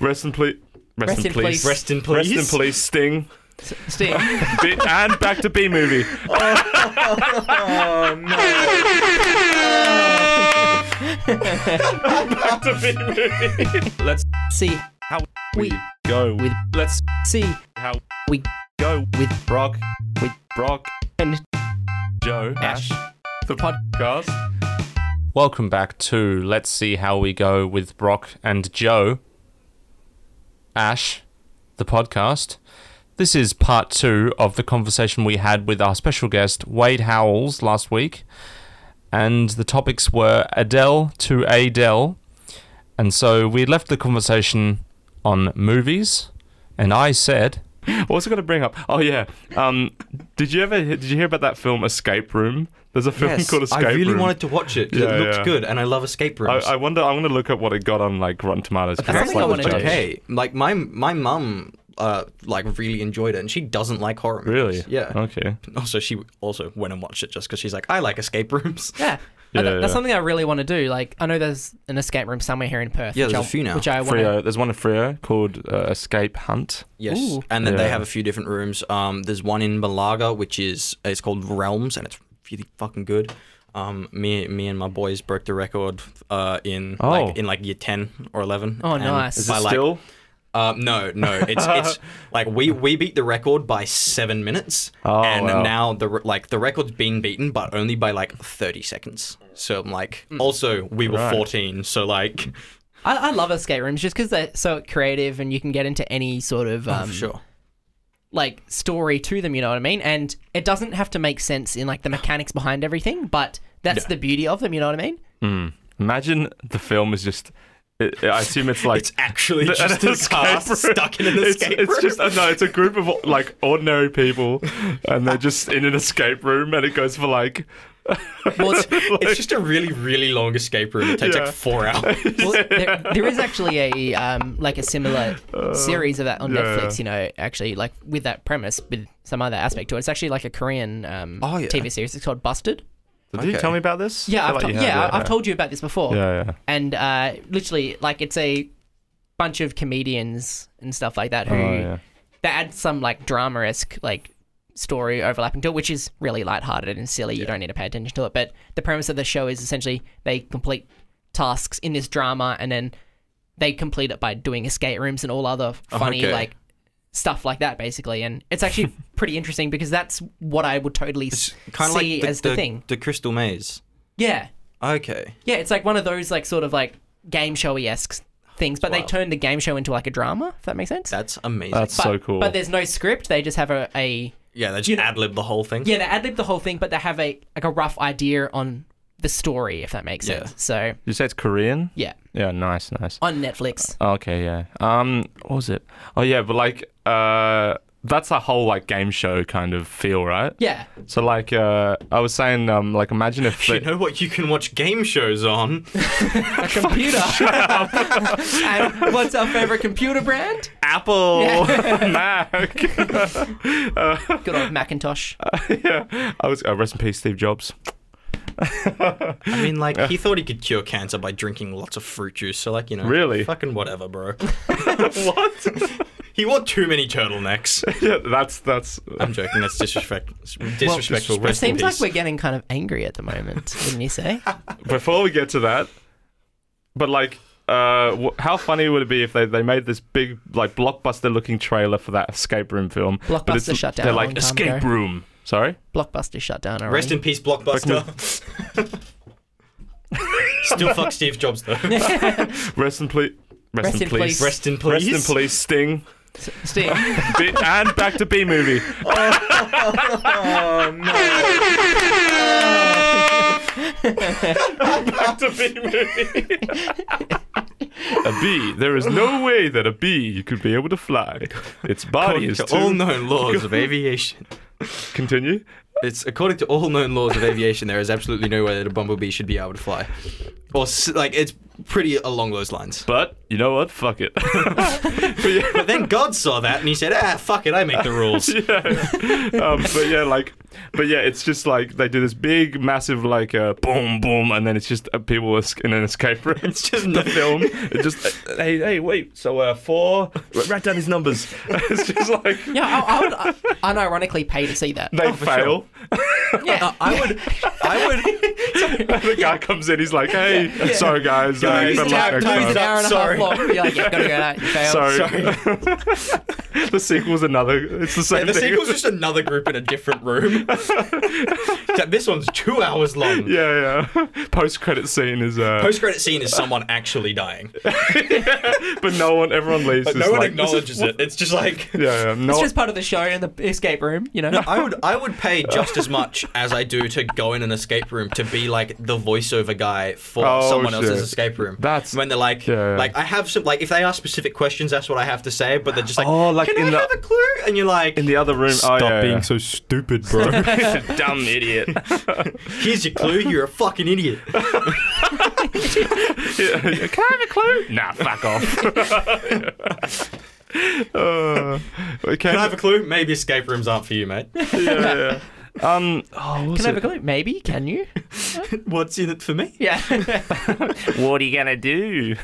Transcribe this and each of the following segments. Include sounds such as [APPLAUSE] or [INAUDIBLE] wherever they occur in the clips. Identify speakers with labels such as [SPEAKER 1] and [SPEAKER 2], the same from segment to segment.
[SPEAKER 1] Rest in, ple- rest in peace.
[SPEAKER 2] Rest in
[SPEAKER 1] Rest
[SPEAKER 2] peace.
[SPEAKER 1] in peace. Sting.
[SPEAKER 3] [LAUGHS] Sting.
[SPEAKER 1] B- and back to
[SPEAKER 4] [LAUGHS]
[SPEAKER 1] B movie.
[SPEAKER 2] Oh no.
[SPEAKER 1] [LAUGHS] Back to B movie.
[SPEAKER 2] Let's
[SPEAKER 3] See
[SPEAKER 2] how
[SPEAKER 3] we
[SPEAKER 2] go
[SPEAKER 3] with-
[SPEAKER 2] Let's
[SPEAKER 3] see
[SPEAKER 2] how
[SPEAKER 3] we
[SPEAKER 2] go
[SPEAKER 3] with
[SPEAKER 2] Brock
[SPEAKER 3] with
[SPEAKER 2] Brock
[SPEAKER 3] and
[SPEAKER 2] Joe
[SPEAKER 3] Ash.
[SPEAKER 2] the
[SPEAKER 3] Pod-
[SPEAKER 2] podcast.
[SPEAKER 4] Welcome back to Let's See How We Go with Brock and Joe. Ash, the podcast. This is part two of the conversation we had with our special guest, Wade Howells, last week. And the topics were Adele to Adele. And so we left the conversation on movies. And I said,
[SPEAKER 1] [LAUGHS] What's I going to bring up? Oh yeah. Um, did you ever did you hear about that film Escape Room? There's a film
[SPEAKER 2] Yes,
[SPEAKER 1] called Escape
[SPEAKER 2] I really
[SPEAKER 1] Room.
[SPEAKER 2] wanted to watch it 'cause
[SPEAKER 1] Yeah,
[SPEAKER 2] it looked
[SPEAKER 1] yeah.
[SPEAKER 2] good, and I love escape
[SPEAKER 1] I,
[SPEAKER 2] rooms.
[SPEAKER 1] I wonder. I'm gonna look up what it got on like Rotten Tomatoes. 'cause
[SPEAKER 3] I
[SPEAKER 2] That's
[SPEAKER 1] that's
[SPEAKER 3] think I
[SPEAKER 1] like
[SPEAKER 3] wanna
[SPEAKER 1] the
[SPEAKER 3] do
[SPEAKER 1] judge.
[SPEAKER 2] okay. Like my my mum, uh, like really enjoyed it, and she doesn't like horror. Movies.
[SPEAKER 1] Really?
[SPEAKER 2] Yeah.
[SPEAKER 1] Okay.
[SPEAKER 2] [LAUGHS] Also, she also went and watched it just because she's like, I like escape rooms. [LAUGHS]
[SPEAKER 3] yeah. I-
[SPEAKER 1] Yeah,
[SPEAKER 3] that's
[SPEAKER 1] yeah.
[SPEAKER 3] something I really want to do. Like, I know there's an escape room somewhere here in Perth.
[SPEAKER 2] Yeah,
[SPEAKER 3] which
[SPEAKER 2] there's
[SPEAKER 3] I,
[SPEAKER 2] a few now.
[SPEAKER 3] Which I want to.
[SPEAKER 1] Frio. There's one in Frio called uh, Escape Hunt.
[SPEAKER 2] Yes,
[SPEAKER 3] Ooh.
[SPEAKER 2] and then they
[SPEAKER 1] Yeah.
[SPEAKER 2] have a few different rooms. Um, there's one in Malaga, which is it's called Realms, and it's really fucking good. Um, me, me and my boys broke the record uh, in
[SPEAKER 1] Oh.
[SPEAKER 2] like in like year ten or eleven.
[SPEAKER 3] Oh,
[SPEAKER 2] and
[SPEAKER 3] nice. Is
[SPEAKER 1] Is
[SPEAKER 2] by,
[SPEAKER 1] it
[SPEAKER 2] like-
[SPEAKER 1] still?
[SPEAKER 2] Uh, no, no. It's it's
[SPEAKER 1] [LAUGHS]
[SPEAKER 2] like we we beat the record by seven minutes,
[SPEAKER 1] Oh,
[SPEAKER 2] and
[SPEAKER 1] wow.
[SPEAKER 2] now the re- like the record's been beaten, but only by like thirty seconds. So I'm like,
[SPEAKER 3] Hmm.
[SPEAKER 2] also we were
[SPEAKER 1] Right.
[SPEAKER 2] fourteen, so like,
[SPEAKER 3] I, I love escape rooms just because they're so creative and you can get into any sort of um,
[SPEAKER 2] Oh, sure.
[SPEAKER 3] like story to them. You know what I mean? And it doesn't have to make sense in like the mechanics behind everything, but that's
[SPEAKER 2] Yeah.
[SPEAKER 3] the beauty of them. You know what I mean?
[SPEAKER 1] Imagine the film is just. It, I assume it's like
[SPEAKER 2] It's actually
[SPEAKER 1] the-
[SPEAKER 2] just
[SPEAKER 1] an
[SPEAKER 2] a car
[SPEAKER 1] escape room.
[SPEAKER 2] stuck in an
[SPEAKER 1] It's,
[SPEAKER 2] escape
[SPEAKER 1] it's
[SPEAKER 2] room.
[SPEAKER 1] just no, it's a group of like ordinary people, and they're just in an escape room, and it goes for like.
[SPEAKER 3] Well,
[SPEAKER 1] [LAUGHS]
[SPEAKER 3] it's,
[SPEAKER 2] it's just a really, really long escape room. It takes
[SPEAKER 1] Yeah. [LAUGHS]
[SPEAKER 2] like four hours.
[SPEAKER 3] Well, there, there is actually a um, like a similar series of that on
[SPEAKER 1] yeah,
[SPEAKER 3] Netflix.
[SPEAKER 1] Uh, yeah.
[SPEAKER 3] You know, actually, like with that premise, with some other aspect to it. It's actually like a Korean um,
[SPEAKER 2] Oh, yeah.
[SPEAKER 3] TV series. It's called Busted.
[SPEAKER 1] Did you
[SPEAKER 2] Okay.
[SPEAKER 1] tell me about this?
[SPEAKER 3] Yeah,
[SPEAKER 1] I
[SPEAKER 3] I've
[SPEAKER 1] feel
[SPEAKER 3] to-
[SPEAKER 1] like you
[SPEAKER 3] yeah,
[SPEAKER 1] have,
[SPEAKER 3] I've told you about this before.
[SPEAKER 1] Yeah, yeah.
[SPEAKER 3] And uh, literally, like, it's a bunch of comedians and stuff like that who
[SPEAKER 1] Oh, yeah.
[SPEAKER 3] they add some like drama esque like story overlapping to it, which is really lighthearted and silly. You don't need to pay attention to it. But the premise of the show is essentially they complete tasks in this drama and then they complete it by doing escape rooms and all other funny
[SPEAKER 2] Oh, okay.
[SPEAKER 3] like stuff like that basically and it's
[SPEAKER 2] [LAUGHS]
[SPEAKER 3] actually pretty interesting because that's what i would totally s-
[SPEAKER 2] Kind of
[SPEAKER 3] see
[SPEAKER 2] like the,
[SPEAKER 3] as the, thing
[SPEAKER 2] the crystal maze.
[SPEAKER 3] yeah
[SPEAKER 2] Okay.
[SPEAKER 3] yeah it's like one of those like sort of like game showy esque things but they
[SPEAKER 2] wild.
[SPEAKER 3] turn the game show into like a drama if that makes sense
[SPEAKER 2] That's amazing.
[SPEAKER 1] That's
[SPEAKER 3] but,
[SPEAKER 1] so cool.
[SPEAKER 3] but there's no script they just have a, a
[SPEAKER 2] yeah, they just
[SPEAKER 3] you know-
[SPEAKER 2] ad lib the whole thing.
[SPEAKER 3] Yeah, they ad lib the whole thing, but they have a like a rough idea on the story, if that makes
[SPEAKER 2] Yeah.
[SPEAKER 3] sense. So
[SPEAKER 1] you say it's Korean?
[SPEAKER 3] yeah,
[SPEAKER 1] Yeah, nice, nice.
[SPEAKER 3] on Netflix.
[SPEAKER 1] Oh, Okay, yeah. Um, what was it? Oh yeah, but like, uh, that's a whole like game show kind of feel, right?
[SPEAKER 3] Yeah,
[SPEAKER 1] So like, uh, I was saying, um, like, imagine
[SPEAKER 3] [LAUGHS]
[SPEAKER 1] if
[SPEAKER 2] You
[SPEAKER 1] they-
[SPEAKER 2] know what you can watch game shows on? [LAUGHS]
[SPEAKER 3] a computer. [LAUGHS] and what's our favorite computer brand?
[SPEAKER 1] Apple,
[SPEAKER 3] Yeah.
[SPEAKER 1] [LAUGHS] Mac.
[SPEAKER 3] Good old Macintosh.
[SPEAKER 2] Uh,
[SPEAKER 1] yeah, I was. Uh, rest in peace, Steve Jobs. [LAUGHS]
[SPEAKER 2] I mean, like he thought he could cure cancer by drinking lots of fruit juice. So like, you know,
[SPEAKER 1] Really?
[SPEAKER 2] fucking
[SPEAKER 1] [LAUGHS]
[SPEAKER 2] whatever, bro.
[SPEAKER 1] what?
[SPEAKER 2] he wore too many turtlenecks.
[SPEAKER 1] yeah, that's that's.
[SPEAKER 2] I'm joking. That's disrespect. Disrespectful.
[SPEAKER 3] It
[SPEAKER 2] Rest in
[SPEAKER 3] seems like
[SPEAKER 2] peace.
[SPEAKER 3] we're getting kind of angry at the moment, wouldn't you
[SPEAKER 2] [LAUGHS]
[SPEAKER 3] say?
[SPEAKER 1] Before we get to that, but like, uh, wh- how funny would it be if they, they made this big like blockbuster-looking trailer for that escape room film? but it's-
[SPEAKER 3] Blockbuster shut down
[SPEAKER 1] They're
[SPEAKER 3] a
[SPEAKER 1] like
[SPEAKER 3] long time
[SPEAKER 1] escape
[SPEAKER 3] ago."
[SPEAKER 1] room. Sorry.
[SPEAKER 3] Blockbuster shut down already.
[SPEAKER 2] Rest in peace, Blockbuster. [LAUGHS] Still fuck Steve
[SPEAKER 1] [LAUGHS]
[SPEAKER 2] Jobs though.
[SPEAKER 1] Rest in please. Rest, in, peace.
[SPEAKER 2] Rest in
[SPEAKER 1] Rest
[SPEAKER 2] peace.
[SPEAKER 1] in peace, Sting.
[SPEAKER 3] Sting.
[SPEAKER 2] [LAUGHS]
[SPEAKER 1] B- and back to B movie.
[SPEAKER 2] Oh no.
[SPEAKER 1] [LAUGHS] Back to B movie. [LAUGHS] a bee. There is no way that a bee could be able to fly. Its body
[SPEAKER 2] According
[SPEAKER 1] is
[SPEAKER 2] to
[SPEAKER 1] too.
[SPEAKER 2] all known laws
[SPEAKER 1] [LAUGHS]
[SPEAKER 2] of aviation.
[SPEAKER 1] Continue.
[SPEAKER 2] It's according to all known laws of aviation. There is absolutely no way that a bumblebee should be able to fly, or s- like it's pretty along those lines.
[SPEAKER 1] But you know what? Fuck it. [LAUGHS] but yeah,
[SPEAKER 2] But then God saw that and he said, ah, fuck it, I make the rules.
[SPEAKER 1] yeah. Um, but yeah, like, but yeah, it's just like they do this big, massive, like, uh, boom, boom, and then it's just uh, people es- in an escape room. It's
[SPEAKER 2] just-
[SPEAKER 1] [LAUGHS] the film. It just
[SPEAKER 2] [LAUGHS]
[SPEAKER 1] uh, hey, [LAUGHS] hey, wait. So uh, four. Write down his
[SPEAKER 2] [LAUGHS]
[SPEAKER 1] numbers. [LAUGHS] it's just like
[SPEAKER 3] Yeah, I, I would uh, unironically pay to see that.
[SPEAKER 1] they [LAUGHS]
[SPEAKER 2] Oh,
[SPEAKER 1] fail.
[SPEAKER 3] Yeah.
[SPEAKER 2] Uh, I would, I would,
[SPEAKER 1] the guy comes in. He's like, hey, sorry guys, uh,
[SPEAKER 2] he's
[SPEAKER 1] good
[SPEAKER 3] It's
[SPEAKER 2] But
[SPEAKER 3] an
[SPEAKER 1] luck
[SPEAKER 3] hour,
[SPEAKER 2] like,
[SPEAKER 1] next
[SPEAKER 2] tied
[SPEAKER 1] time.
[SPEAKER 3] it's an
[SPEAKER 2] up,
[SPEAKER 3] hour and a half
[SPEAKER 2] sorry.
[SPEAKER 3] long. You're like, yeah, gotta go out. You
[SPEAKER 2] [LAUGHS]
[SPEAKER 3] failed.
[SPEAKER 1] Sorry. [LAUGHS] the sequel's another. It's the same
[SPEAKER 2] yeah, the
[SPEAKER 1] thing.
[SPEAKER 2] sequel's just another group in a different room. Except this one's two hours
[SPEAKER 1] [LAUGHS]
[SPEAKER 2] long.
[SPEAKER 1] yeah, yeah. [LAUGHS] Post credit scene is uh,
[SPEAKER 2] Post credit scene is someone actually dying.
[SPEAKER 1] but no one, everyone leaves.
[SPEAKER 2] But
[SPEAKER 1] It's
[SPEAKER 2] no one
[SPEAKER 1] like, this is-
[SPEAKER 2] acknowledges it. It's just like
[SPEAKER 1] Yeah, yeah. No,
[SPEAKER 3] It's
[SPEAKER 1] one-
[SPEAKER 3] just part of the show in the escape room, you know?
[SPEAKER 2] I would I would pay just as much as I do to go in an escape room to be like the voiceover guy for
[SPEAKER 1] Oh,
[SPEAKER 2] someone
[SPEAKER 1] shit.
[SPEAKER 2] else's escape room.
[SPEAKER 1] That's-
[SPEAKER 2] when they're like
[SPEAKER 1] yeah, yeah.
[SPEAKER 2] like I have some like if they ask specific questions, that's what I have to say. But they're just like,
[SPEAKER 1] Oh, like
[SPEAKER 2] can
[SPEAKER 1] in
[SPEAKER 2] I
[SPEAKER 1] the-
[SPEAKER 2] have a clue? And you're like,
[SPEAKER 1] in the other room. oh, yeah, yeah.
[SPEAKER 2] so stupid,
[SPEAKER 1] [LAUGHS]
[SPEAKER 2] bro.
[SPEAKER 1] dumb idiot.
[SPEAKER 2] [LAUGHS] Here's your clue. You're a fucking idiot.
[SPEAKER 1] Yeah, yeah. Can I have a clue? [LAUGHS] Nah, fuck off. [LAUGHS] uh, okay.
[SPEAKER 2] Can I have a clue? Maybe escape rooms aren't for you, mate. [LAUGHS]
[SPEAKER 1] yeah, yeah. Um, oh, what was
[SPEAKER 3] Can I have a
[SPEAKER 1] it?
[SPEAKER 3] clue? Maybe. Can you?
[SPEAKER 2] What's in it for me?
[SPEAKER 3] Yeah. [LAUGHS]
[SPEAKER 1] What are you gonna do?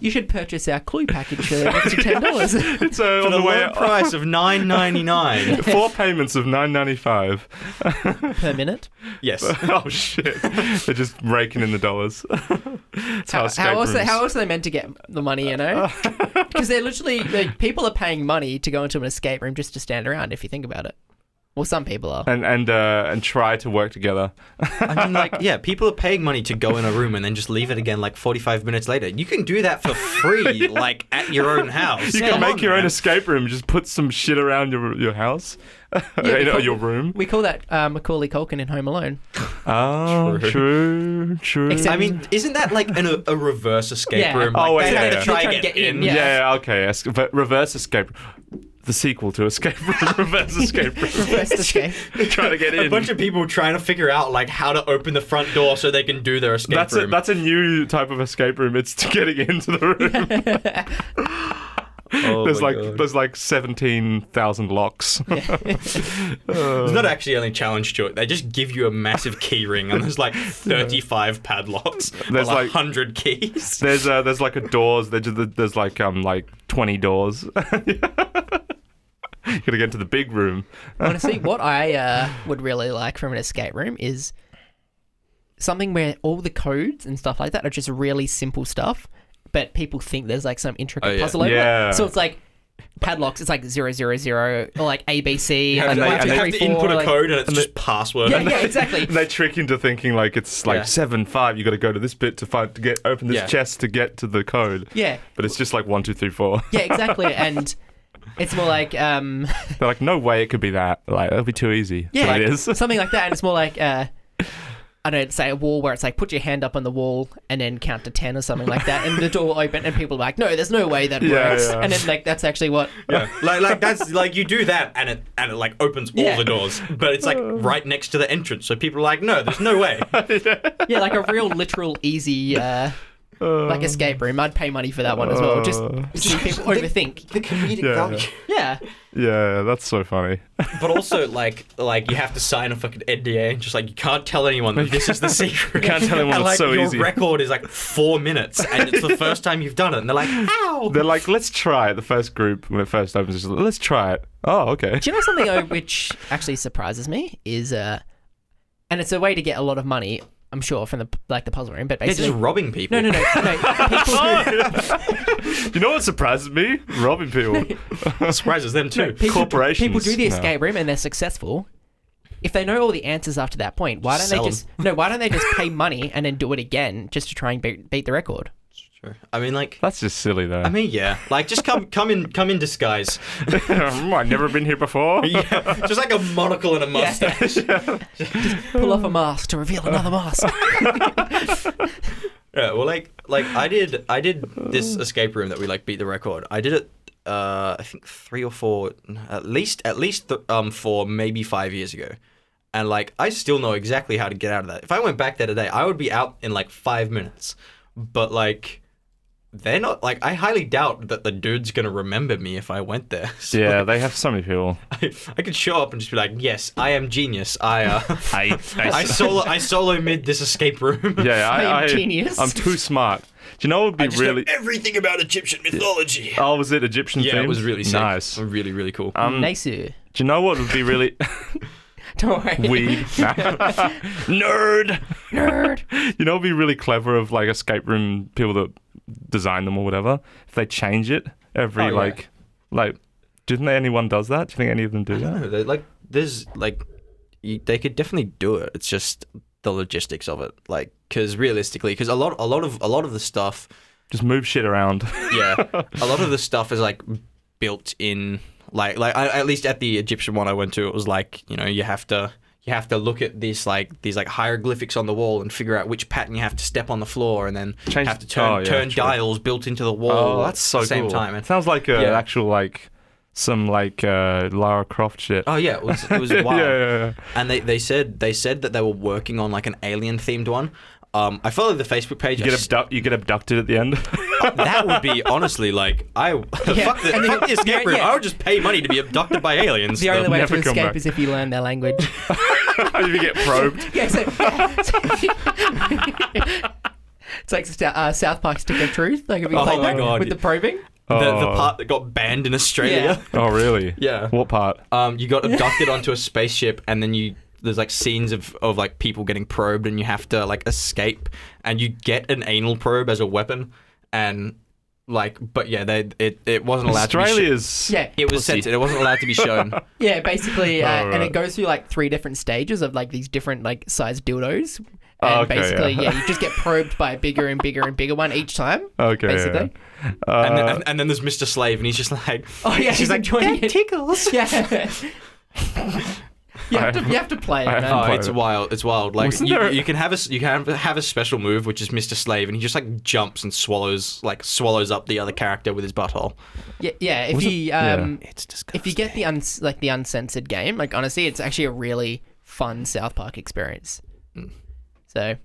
[SPEAKER 3] you should purchase our clue package for the extra ten [LAUGHS] dollars.
[SPEAKER 1] It's uh,
[SPEAKER 2] For
[SPEAKER 1] on
[SPEAKER 2] the
[SPEAKER 1] the way
[SPEAKER 2] low
[SPEAKER 1] out.
[SPEAKER 2] price of nine
[SPEAKER 1] [LAUGHS]
[SPEAKER 2] ninety nine.
[SPEAKER 1] Four payments of nine ninety five.
[SPEAKER 2] [LAUGHS]
[SPEAKER 3] per minute.
[SPEAKER 2] yes.
[SPEAKER 1] oh shit! They're just raking in the dollars. That's how,
[SPEAKER 3] How,
[SPEAKER 1] escape
[SPEAKER 3] else?
[SPEAKER 1] rooms-
[SPEAKER 3] How else are they meant to get the money? You [LAUGHS] know, because they're literally like, people are paying money to go into an escape room just to stand around. If you think about it, well, some people are.
[SPEAKER 1] and and uh, and try to work together.
[SPEAKER 2] I mean, like, yeah, people are paying money to go in a room and then just leave it again like 45 minutes later. You can do that for
[SPEAKER 1] [LAUGHS]
[SPEAKER 2] free, like, at your own house.
[SPEAKER 1] You
[SPEAKER 2] Come
[SPEAKER 1] can make
[SPEAKER 2] on,
[SPEAKER 1] your own
[SPEAKER 2] man.
[SPEAKER 1] escape room. Just put some shit around your your house, [LAUGHS]
[SPEAKER 3] we
[SPEAKER 1] You know,
[SPEAKER 3] call-
[SPEAKER 1] your
[SPEAKER 2] [LAUGHS]
[SPEAKER 1] room.
[SPEAKER 3] We call that uh, Macaulay Culkin in Home [LAUGHS] Alone.
[SPEAKER 1] Oh,
[SPEAKER 2] True.
[SPEAKER 1] true, true.
[SPEAKER 3] Except-
[SPEAKER 2] I mean, isn't that like an, a, a reverse escape
[SPEAKER 3] Yeah.
[SPEAKER 2] room?
[SPEAKER 1] Oh,
[SPEAKER 2] Like,
[SPEAKER 1] wait,
[SPEAKER 2] they
[SPEAKER 1] yeah,
[SPEAKER 2] had
[SPEAKER 1] yeah.
[SPEAKER 2] to try
[SPEAKER 3] They're trying
[SPEAKER 2] and
[SPEAKER 3] to
[SPEAKER 2] get
[SPEAKER 3] get in,
[SPEAKER 2] in.
[SPEAKER 1] yeah.
[SPEAKER 3] yeah.
[SPEAKER 1] yeah, okay. es- but reverse escape, the sequel to escape room, [LAUGHS] reverse escape room.
[SPEAKER 2] [LAUGHS]
[SPEAKER 3] First [LAUGHS] escape.
[SPEAKER 1] Trying to get in.
[SPEAKER 2] A bunch of people trying to figure out like how to open the front door so they can do their escape
[SPEAKER 1] that's a,
[SPEAKER 2] room.
[SPEAKER 1] that's a new type of escape room. It's getting into the [LAUGHS] room.
[SPEAKER 2] oh
[SPEAKER 1] there's
[SPEAKER 2] my
[SPEAKER 1] like
[SPEAKER 2] God.
[SPEAKER 1] there's like seventeen thousand
[SPEAKER 2] [LAUGHS]
[SPEAKER 1] locks.
[SPEAKER 2] There's not actually any challenge to it. They just give you a massive key ring
[SPEAKER 1] [LAUGHS]
[SPEAKER 2] and there's like 35 padlocks.
[SPEAKER 1] There's,
[SPEAKER 2] There's like
[SPEAKER 1] like-
[SPEAKER 2] 100
[SPEAKER 1] [LAUGHS]
[SPEAKER 2] keys.
[SPEAKER 1] There's uh, there's like a doors. There's just- there's like um like twenty doors. [LAUGHS] you gotta get into the big room.
[SPEAKER 3] Honestly, what I uh, would really like from an escape room is something where all the codes and stuff like that are just really simple stuff, but people think there's like some intricate
[SPEAKER 2] Oh, yeah.
[SPEAKER 3] puzzle over
[SPEAKER 1] Yeah.
[SPEAKER 3] it. So it's like padlocks. It's like zero zero zero or like ABC.
[SPEAKER 2] You have,
[SPEAKER 3] like,
[SPEAKER 1] they-
[SPEAKER 3] one, two,
[SPEAKER 2] to- you have
[SPEAKER 3] three,
[SPEAKER 2] to
[SPEAKER 3] four,
[SPEAKER 2] input a
[SPEAKER 3] like-
[SPEAKER 2] code and it's just password.
[SPEAKER 3] Yeah, yeah,
[SPEAKER 2] [LAUGHS]
[SPEAKER 3] exactly.
[SPEAKER 1] And they trick you into thinking like it's like
[SPEAKER 2] Yeah.
[SPEAKER 1] seven five. You gotta go to this bit to find to get open this
[SPEAKER 2] Yeah.
[SPEAKER 1] chest to get to the code.
[SPEAKER 3] Yeah,
[SPEAKER 1] But it's just like one two three four.
[SPEAKER 3] yeah, exactly. And it's more like um,
[SPEAKER 1] They're like, no way it could be that. Like that'd be too easy.
[SPEAKER 3] yeah,
[SPEAKER 1] but it
[SPEAKER 3] like,
[SPEAKER 2] [LAUGHS]
[SPEAKER 1] is. [LAUGHS]
[SPEAKER 3] something like that. And it's more like uh, I don't know, say a wall where it's like put your hand up on the wall and then count to ten or something like that, and the
[SPEAKER 1] [LAUGHS]
[SPEAKER 3] door will open, and people are like, no, there's no way that
[SPEAKER 1] Yeah,
[SPEAKER 3] works.
[SPEAKER 1] yeah.
[SPEAKER 3] And then like that's actually what.
[SPEAKER 2] Yeah. [LAUGHS] like like that's like you do that and it and it like opens all
[SPEAKER 3] Yeah. Oh.
[SPEAKER 2] the doors, but it's like right next to the entrance. So people are like, no, there's
[SPEAKER 1] [LAUGHS]
[SPEAKER 2] no way.
[SPEAKER 3] Yeah, like a real literal easy uh, like escape room. I'd pay money for that one as well. Just
[SPEAKER 1] uh,
[SPEAKER 3] see [LAUGHS] people overthink.
[SPEAKER 2] the comedic
[SPEAKER 1] Yeah. value.
[SPEAKER 3] Yeah.
[SPEAKER 1] Yeah, that's so funny.
[SPEAKER 2] [LAUGHS] But also like like you have to sign a fucking NDA and just like you can't tell anyone that
[SPEAKER 1] [LAUGHS]
[SPEAKER 2] this is the secret.
[SPEAKER 1] Can't tell anyone,
[SPEAKER 2] And,
[SPEAKER 1] it's
[SPEAKER 2] like,
[SPEAKER 1] so
[SPEAKER 2] your
[SPEAKER 1] easy.
[SPEAKER 2] record is like four minutes and it's the first time you've done it, and they're like, how?
[SPEAKER 1] They're like, let's try it. The first group when it first opens, is like, let's try it. Oh, okay.
[SPEAKER 3] Do you know something though, which actually surprises me is uh, and it's a way to get a lot of money. I'm sure from the like the puzzle room, but
[SPEAKER 2] They're
[SPEAKER 3] basically
[SPEAKER 2] just robbing people.
[SPEAKER 3] [LAUGHS] No, no, no, no.
[SPEAKER 1] [LAUGHS]
[SPEAKER 3] People who,
[SPEAKER 1] You know what surprises me? Robbing
[SPEAKER 2] [LAUGHS]
[SPEAKER 1] people.
[SPEAKER 2] no. [LAUGHS] Surprises them too.
[SPEAKER 3] people,
[SPEAKER 1] Corporations.
[SPEAKER 3] people do the
[SPEAKER 1] No.
[SPEAKER 3] escape room and they're successful. If they know all the answers after that point, why don't
[SPEAKER 2] Sell
[SPEAKER 3] they
[SPEAKER 2] 'em.
[SPEAKER 3] just no? Why don't they just pay money and then do it again just to try and beat, beat the record?
[SPEAKER 2] Sure. I mean, like.
[SPEAKER 1] That's just silly though.
[SPEAKER 2] I mean, yeah. Like, just come, come in, come in disguise.
[SPEAKER 1] [LAUGHS]
[SPEAKER 2] [LAUGHS]
[SPEAKER 1] I've never been here before.
[SPEAKER 2] Yeah, just like a monocle and a mustache.
[SPEAKER 3] Pull off a mask to reveal another mask.
[SPEAKER 2] Yeah, well, like, like I did, I did this escape room that we like beat the record. I did it, uh, I think three or four, at least, at least th- um four, maybe five years ago, and like I still know exactly how to get out of that. If I went back there today, I would be out in like five minutes. But like, they're not like I highly doubt that the dude's gonna remember me if I went there. [LAUGHS] So
[SPEAKER 1] Yeah, they have so many people.
[SPEAKER 2] I, I could show up and just be like, "Yes, I am genius. I uh,
[SPEAKER 1] [LAUGHS] I,
[SPEAKER 2] I solo I solo mid this escape room.
[SPEAKER 1] yeah, I,
[SPEAKER 3] I am
[SPEAKER 1] I,
[SPEAKER 3] genius.
[SPEAKER 1] I'm too smart. Do you know what would be
[SPEAKER 2] I just know
[SPEAKER 1] really?
[SPEAKER 2] everything about Egyptian mythology.
[SPEAKER 1] Oh, was it Egyptian
[SPEAKER 2] Yeah,
[SPEAKER 1] theme?
[SPEAKER 2] it was really sick.
[SPEAKER 1] nice. Um,
[SPEAKER 2] really really cool.
[SPEAKER 3] Nesu.
[SPEAKER 1] Do you know what would be
[SPEAKER 2] [LAUGHS]
[SPEAKER 1] really
[SPEAKER 3] Don't worry.
[SPEAKER 1] weed? Nerd.
[SPEAKER 3] Nerd.
[SPEAKER 1] [LAUGHS] You know, it'd be really clever of like escape room people that design them or whatever. If they change it every
[SPEAKER 2] Oh, yeah.
[SPEAKER 1] like, like, do you think anyone does that? Do you think any of them do
[SPEAKER 2] I don't
[SPEAKER 1] that?
[SPEAKER 2] know. They, like, there's like, you, they could definitely do it. It's just the logistics of it. Like, because realistically, because a lot, a lot of, a lot of the stuff,
[SPEAKER 1] Just move shit around. [LAUGHS]
[SPEAKER 2] yeah, a lot of the stuff is like built in. Like, like I, at least at the Egyptian one I went to, it was like, you know, you have to. You have to look at these like these like hieroglyphics on the wall and figure out which pattern you have to step on the floor and then
[SPEAKER 1] Change
[SPEAKER 2] have to
[SPEAKER 1] the-
[SPEAKER 2] turn
[SPEAKER 1] oh, yeah,
[SPEAKER 2] turn
[SPEAKER 1] sure.
[SPEAKER 2] dials built into the
[SPEAKER 1] Oh,
[SPEAKER 2] wall.
[SPEAKER 1] [LAUGHS]
[SPEAKER 2] at
[SPEAKER 1] that's so
[SPEAKER 2] the same
[SPEAKER 1] cool.
[SPEAKER 2] time. And,
[SPEAKER 1] Sounds like an
[SPEAKER 2] Yeah.
[SPEAKER 1] actual like some like uh, Lara Croft shit.
[SPEAKER 2] oh yeah, it was it
[SPEAKER 1] [LAUGHS]
[SPEAKER 2] was
[SPEAKER 1] yeah,
[SPEAKER 2] wild.
[SPEAKER 1] yeah, yeah.
[SPEAKER 2] and they, they said they said that they were working on like an alien themed one. Um, I followed the Facebook page.
[SPEAKER 1] You
[SPEAKER 2] I
[SPEAKER 1] get
[SPEAKER 2] s-
[SPEAKER 1] abduct. You get abducted at the end. [LAUGHS]
[SPEAKER 2] that would be honestly like I [LAUGHS] fuck the,
[SPEAKER 3] and then-
[SPEAKER 2] fuck the escape room.
[SPEAKER 3] yeah.
[SPEAKER 2] I would just pay money to be abducted by aliens.
[SPEAKER 3] The only way
[SPEAKER 1] never
[SPEAKER 3] to
[SPEAKER 1] come
[SPEAKER 3] escape
[SPEAKER 1] back.
[SPEAKER 3] is if you learn their language. [LAUGHS]
[SPEAKER 1] you get probed.
[SPEAKER 3] yeah, so, [LAUGHS] it's like sta- uh, South Park Stick of Truth. Like if you
[SPEAKER 2] Oh
[SPEAKER 3] played
[SPEAKER 2] my
[SPEAKER 3] that
[SPEAKER 2] God.
[SPEAKER 3] with the probing.
[SPEAKER 2] the, the
[SPEAKER 1] Oh.
[SPEAKER 2] part that got banned in Australia.
[SPEAKER 1] Oh really?
[SPEAKER 2] Yeah.
[SPEAKER 1] What part?
[SPEAKER 2] [LAUGHS]
[SPEAKER 3] [LAUGHS]
[SPEAKER 2] Um, you got abducted onto a spaceship and then you there's like scenes of, of like people getting probed and you have to like escape and you get an anal probe as a weapon and like but yeah they it, it wasn't allowed to be sho-
[SPEAKER 1] Australia's.
[SPEAKER 3] Yeah,
[SPEAKER 2] it was censored. It wasn't allowed to be shown.
[SPEAKER 3] Yeah, basically, uh,
[SPEAKER 1] Oh,
[SPEAKER 3] and
[SPEAKER 1] right.
[SPEAKER 3] it goes through like three different stages of like these different like size dildos. And
[SPEAKER 1] Oh, okay,
[SPEAKER 3] basically,
[SPEAKER 1] yeah.
[SPEAKER 3] yeah. you just get probed by a bigger and bigger and bigger one each time.
[SPEAKER 1] Okay. yeah.
[SPEAKER 3] Basically.
[SPEAKER 1] Uh,
[SPEAKER 2] and, then, and, and then there's Mr. Slave, and he's just like,
[SPEAKER 3] Oh yeah,
[SPEAKER 2] she's
[SPEAKER 3] he's
[SPEAKER 2] like,
[SPEAKER 3] enjoying
[SPEAKER 2] that
[SPEAKER 3] it. tickles. [LAUGHS] Yeah. you, have to, you have to play it,
[SPEAKER 1] I
[SPEAKER 3] man.
[SPEAKER 1] haven't
[SPEAKER 2] oh,
[SPEAKER 1] Empire.
[SPEAKER 2] it's wild, it's wild. Like
[SPEAKER 1] Wasn't
[SPEAKER 2] you,
[SPEAKER 1] there-
[SPEAKER 2] you can have a s- you can have a special move, which is Mr. Slave, and he just like jumps and swallows like swallows up the other character with his butthole.
[SPEAKER 3] Yeah, yeah. If
[SPEAKER 1] Was it-
[SPEAKER 3] you
[SPEAKER 1] yeah.
[SPEAKER 3] um,
[SPEAKER 2] It's disgusting.
[SPEAKER 3] if you get the uns like the uncensored game, like honestly, it's actually a really fun South Park experience.
[SPEAKER 1] Mm.
[SPEAKER 3] So,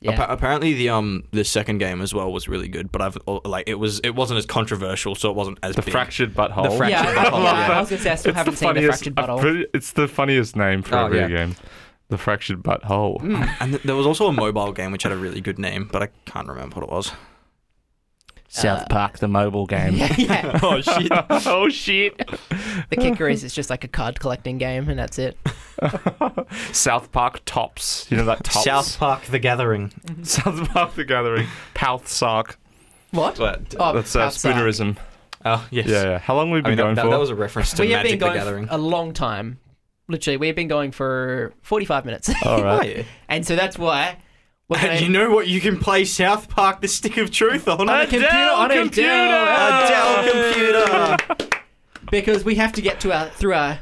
[SPEAKER 3] yeah,
[SPEAKER 2] Appa- apparently the um the second game as well was really good, but I've oh, like it was it wasn't as controversial, so it wasn't as
[SPEAKER 1] the
[SPEAKER 2] big.
[SPEAKER 1] fractured butthole.
[SPEAKER 2] The frac-
[SPEAKER 3] yeah.
[SPEAKER 2] Fractured
[SPEAKER 3] I- [LAUGHS]
[SPEAKER 2] Butthole,
[SPEAKER 3] yeah,
[SPEAKER 2] yeah.
[SPEAKER 3] I was gonna say I still haven't seen the fractured
[SPEAKER 1] I'm
[SPEAKER 3] butthole.
[SPEAKER 1] pretty- it's the funniest name for
[SPEAKER 2] Oh,
[SPEAKER 1] a video
[SPEAKER 2] yeah.
[SPEAKER 1] game. The fractured butthole.
[SPEAKER 2] And th- there was also a mobile game which had a really good name, but I can't remember what it was.
[SPEAKER 3] South
[SPEAKER 1] Park, the mobile game.
[SPEAKER 3] Uh, [LAUGHS] yeah, yeah.
[SPEAKER 2] oh [LAUGHS] shit!
[SPEAKER 1] oh shit!
[SPEAKER 2] [LAUGHS]
[SPEAKER 1] Oh.
[SPEAKER 3] The kicker is it's just like a card collecting game, and
[SPEAKER 1] [LAUGHS]
[SPEAKER 3] that's it.
[SPEAKER 1] South Park tops. You know that tops.
[SPEAKER 2] South Park: The Gathering.
[SPEAKER 1] [LAUGHS] South Park: The Gathering. Pouth Sark.
[SPEAKER 3] What?
[SPEAKER 2] But,
[SPEAKER 3] Oh,
[SPEAKER 1] That's uh,
[SPEAKER 3] South Park.
[SPEAKER 1] spoonerism.
[SPEAKER 2] oh yes.
[SPEAKER 1] Yeah, yeah. How long have we
[SPEAKER 2] I
[SPEAKER 1] been
[SPEAKER 2] mean that,
[SPEAKER 1] going
[SPEAKER 2] that,
[SPEAKER 1] for?
[SPEAKER 2] that was a reference to
[SPEAKER 3] We have been
[SPEAKER 2] Magic: The
[SPEAKER 3] going
[SPEAKER 2] Gathering.
[SPEAKER 3] for a long time. Literally, we've been going for forty-five minutes,
[SPEAKER 1] [LAUGHS] All right.
[SPEAKER 2] yeah.
[SPEAKER 3] [LAUGHS] and so that's why. we're gonna-
[SPEAKER 2] And you know what? You can play South Park: The Stick of Truth on
[SPEAKER 3] on a
[SPEAKER 2] a
[SPEAKER 3] computer, on a
[SPEAKER 1] computer!
[SPEAKER 3] Dell,
[SPEAKER 2] Dell computer.
[SPEAKER 3] because we have to get to our through our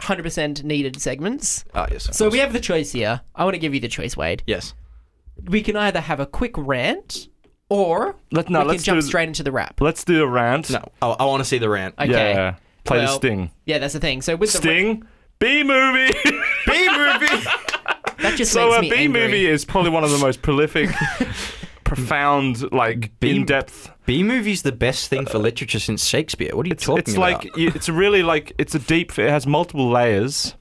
[SPEAKER 3] hundred percent needed segments.
[SPEAKER 2] oh yes. of
[SPEAKER 3] So
[SPEAKER 2] course.
[SPEAKER 3] we have the choice here. I want to give you the choice, Wade.
[SPEAKER 2] yes.
[SPEAKER 3] We can either have a quick rant, or
[SPEAKER 1] Let- no,
[SPEAKER 3] we
[SPEAKER 1] let's
[SPEAKER 3] can jump
[SPEAKER 1] do-
[SPEAKER 3] straight into the rap.
[SPEAKER 1] Let's do a rant.
[SPEAKER 2] No. Oh, I, I want to see the rant.
[SPEAKER 3] Okay.
[SPEAKER 1] Yeah. Play the
[SPEAKER 3] Well,
[SPEAKER 1] Sting.
[SPEAKER 3] Yeah, that's the thing. So with
[SPEAKER 1] Sting. B movie. [LAUGHS]
[SPEAKER 2] B movie.
[SPEAKER 3] the that just
[SPEAKER 1] So
[SPEAKER 3] makes
[SPEAKER 1] a
[SPEAKER 3] me
[SPEAKER 1] B
[SPEAKER 3] angry.
[SPEAKER 1] movie is probably one of the most prolific, profound, like
[SPEAKER 2] B-
[SPEAKER 1] in depth.
[SPEAKER 2] [LAUGHS] B movie's the best thing for literature since Shakespeare. What are you
[SPEAKER 1] It's,
[SPEAKER 2] talking
[SPEAKER 1] it's
[SPEAKER 2] about?
[SPEAKER 1] like you, it's really like it's a deep. It has multiple layers.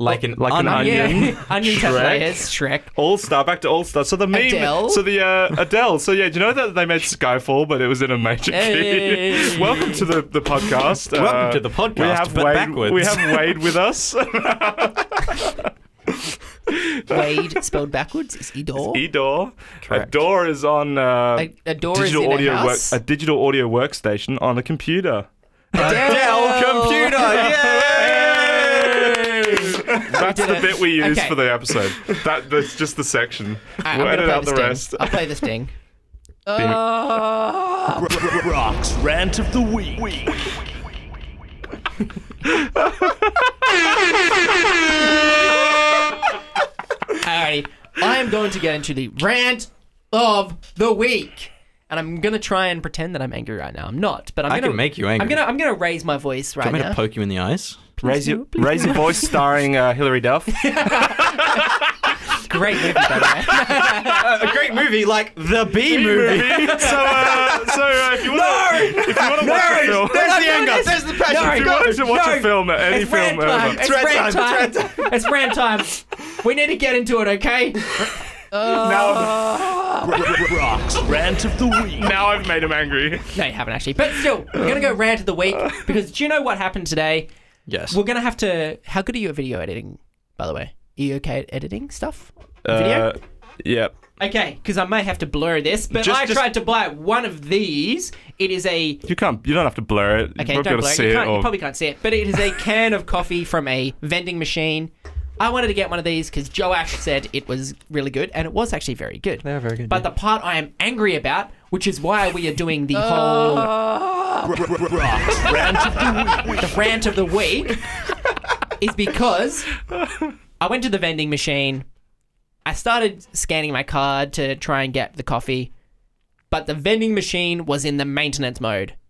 [SPEAKER 2] like an
[SPEAKER 1] like an
[SPEAKER 2] onion.
[SPEAKER 1] onion. [LAUGHS]
[SPEAKER 3] Yeah, onion
[SPEAKER 1] Shrek.
[SPEAKER 3] layers, Shrek.
[SPEAKER 1] All Star back to All Star. So the meme.
[SPEAKER 3] Adele?
[SPEAKER 1] So the uh, Adele. So yeah, do you know that they made Skyfall, but it was in a major key.
[SPEAKER 3] Hey.
[SPEAKER 1] [LAUGHS] Welcome to the the podcast. Uh,
[SPEAKER 2] Welcome to the podcast,
[SPEAKER 1] We have
[SPEAKER 2] but
[SPEAKER 1] Wade.
[SPEAKER 2] backwards.
[SPEAKER 1] We have Wade with us. [LAUGHS]
[SPEAKER 3] Wade spelled backwards is Idor.
[SPEAKER 1] Edor.
[SPEAKER 2] Correct.
[SPEAKER 1] Adore is on. Uh,
[SPEAKER 3] A- Adore is
[SPEAKER 1] digital
[SPEAKER 3] in a
[SPEAKER 1] audio
[SPEAKER 3] house.
[SPEAKER 1] a digital audio workstation on a computer.
[SPEAKER 2] Dell
[SPEAKER 3] [LAUGHS]
[SPEAKER 2] computer. Yeah.
[SPEAKER 1] That's
[SPEAKER 3] did
[SPEAKER 1] the
[SPEAKER 3] it.
[SPEAKER 1] bit we used
[SPEAKER 3] Okay.
[SPEAKER 1] for the episode. That that's just the section.
[SPEAKER 3] Alright,
[SPEAKER 1] we'll
[SPEAKER 3] I'm gonna
[SPEAKER 1] edit
[SPEAKER 3] play
[SPEAKER 1] out the,
[SPEAKER 3] the sting.
[SPEAKER 1] rest.
[SPEAKER 3] I'll play the
[SPEAKER 2] [LAUGHS]
[SPEAKER 3] sting. Uh,
[SPEAKER 5] Brock's rant of the week.
[SPEAKER 3] [LAUGHS] Alrighty. I am going to get into the rant of the week. And I'm gonna try and pretend that I'm angry right now. I'm not, but I'm
[SPEAKER 2] I
[SPEAKER 3] gonna
[SPEAKER 2] can make you angry.
[SPEAKER 3] I'm gonna I'm gonna raise my voice right
[SPEAKER 2] I'm
[SPEAKER 3] now.
[SPEAKER 2] gonna poke you in the eyes.
[SPEAKER 1] [LAUGHS] Raise your raise your voice, starring uh, Hilary Duff.
[SPEAKER 3] great movie, by the way.
[SPEAKER 2] [LAUGHS] a great movie like the B movie.
[SPEAKER 1] so, uh, so uh, if you want to, if you want to watch a film,
[SPEAKER 2] There's the anger. There's the
[SPEAKER 1] if
[SPEAKER 2] passion.
[SPEAKER 1] you want to watch a film, any
[SPEAKER 3] It's
[SPEAKER 1] film,
[SPEAKER 3] rant
[SPEAKER 1] ever,
[SPEAKER 3] time. It's
[SPEAKER 2] Rant
[SPEAKER 3] rant
[SPEAKER 2] time,
[SPEAKER 3] time. It's rant time. We need to get into it, okay?
[SPEAKER 1] now, [LAUGHS]
[SPEAKER 5] Brock's rant of the week.
[SPEAKER 1] now I've made him angry.
[SPEAKER 3] No, you haven't actually. But still, we're gonna go rant of the week because do you know what happened today?
[SPEAKER 2] Yes.
[SPEAKER 3] We're gonna have to. How good are you at video editing, by the way? Are you okay at editing stuff?
[SPEAKER 1] Uh,
[SPEAKER 3] Video?
[SPEAKER 1] yep.
[SPEAKER 3] Okay, because I may have to blur this, but
[SPEAKER 1] Just-
[SPEAKER 3] I
[SPEAKER 1] just-
[SPEAKER 3] tried to buy one of these. It is a
[SPEAKER 1] You can't. You don't have to blur it.
[SPEAKER 3] okay,
[SPEAKER 1] you
[SPEAKER 3] don't
[SPEAKER 1] probably got
[SPEAKER 3] blur
[SPEAKER 1] to
[SPEAKER 3] it.
[SPEAKER 1] see
[SPEAKER 3] You,
[SPEAKER 1] it.
[SPEAKER 3] can't, you
[SPEAKER 1] Or,
[SPEAKER 3] probably can't see it, but it is a can of coffee from a vending machine. I wanted to get one of these because Joash said it was really good, and it was actually very good.
[SPEAKER 2] They're very good.
[SPEAKER 3] But the part I am angry about, which is why we are
[SPEAKER 1] [LAUGHS]
[SPEAKER 3] doing the whole
[SPEAKER 1] Ah.
[SPEAKER 5] Brock's rant of the week.
[SPEAKER 3] the [LAUGHS] rant of the week, is because I went to the vending machine. I started scanning my card to try and get the coffee, but the vending machine was in the maintenance mode. [SIGHS]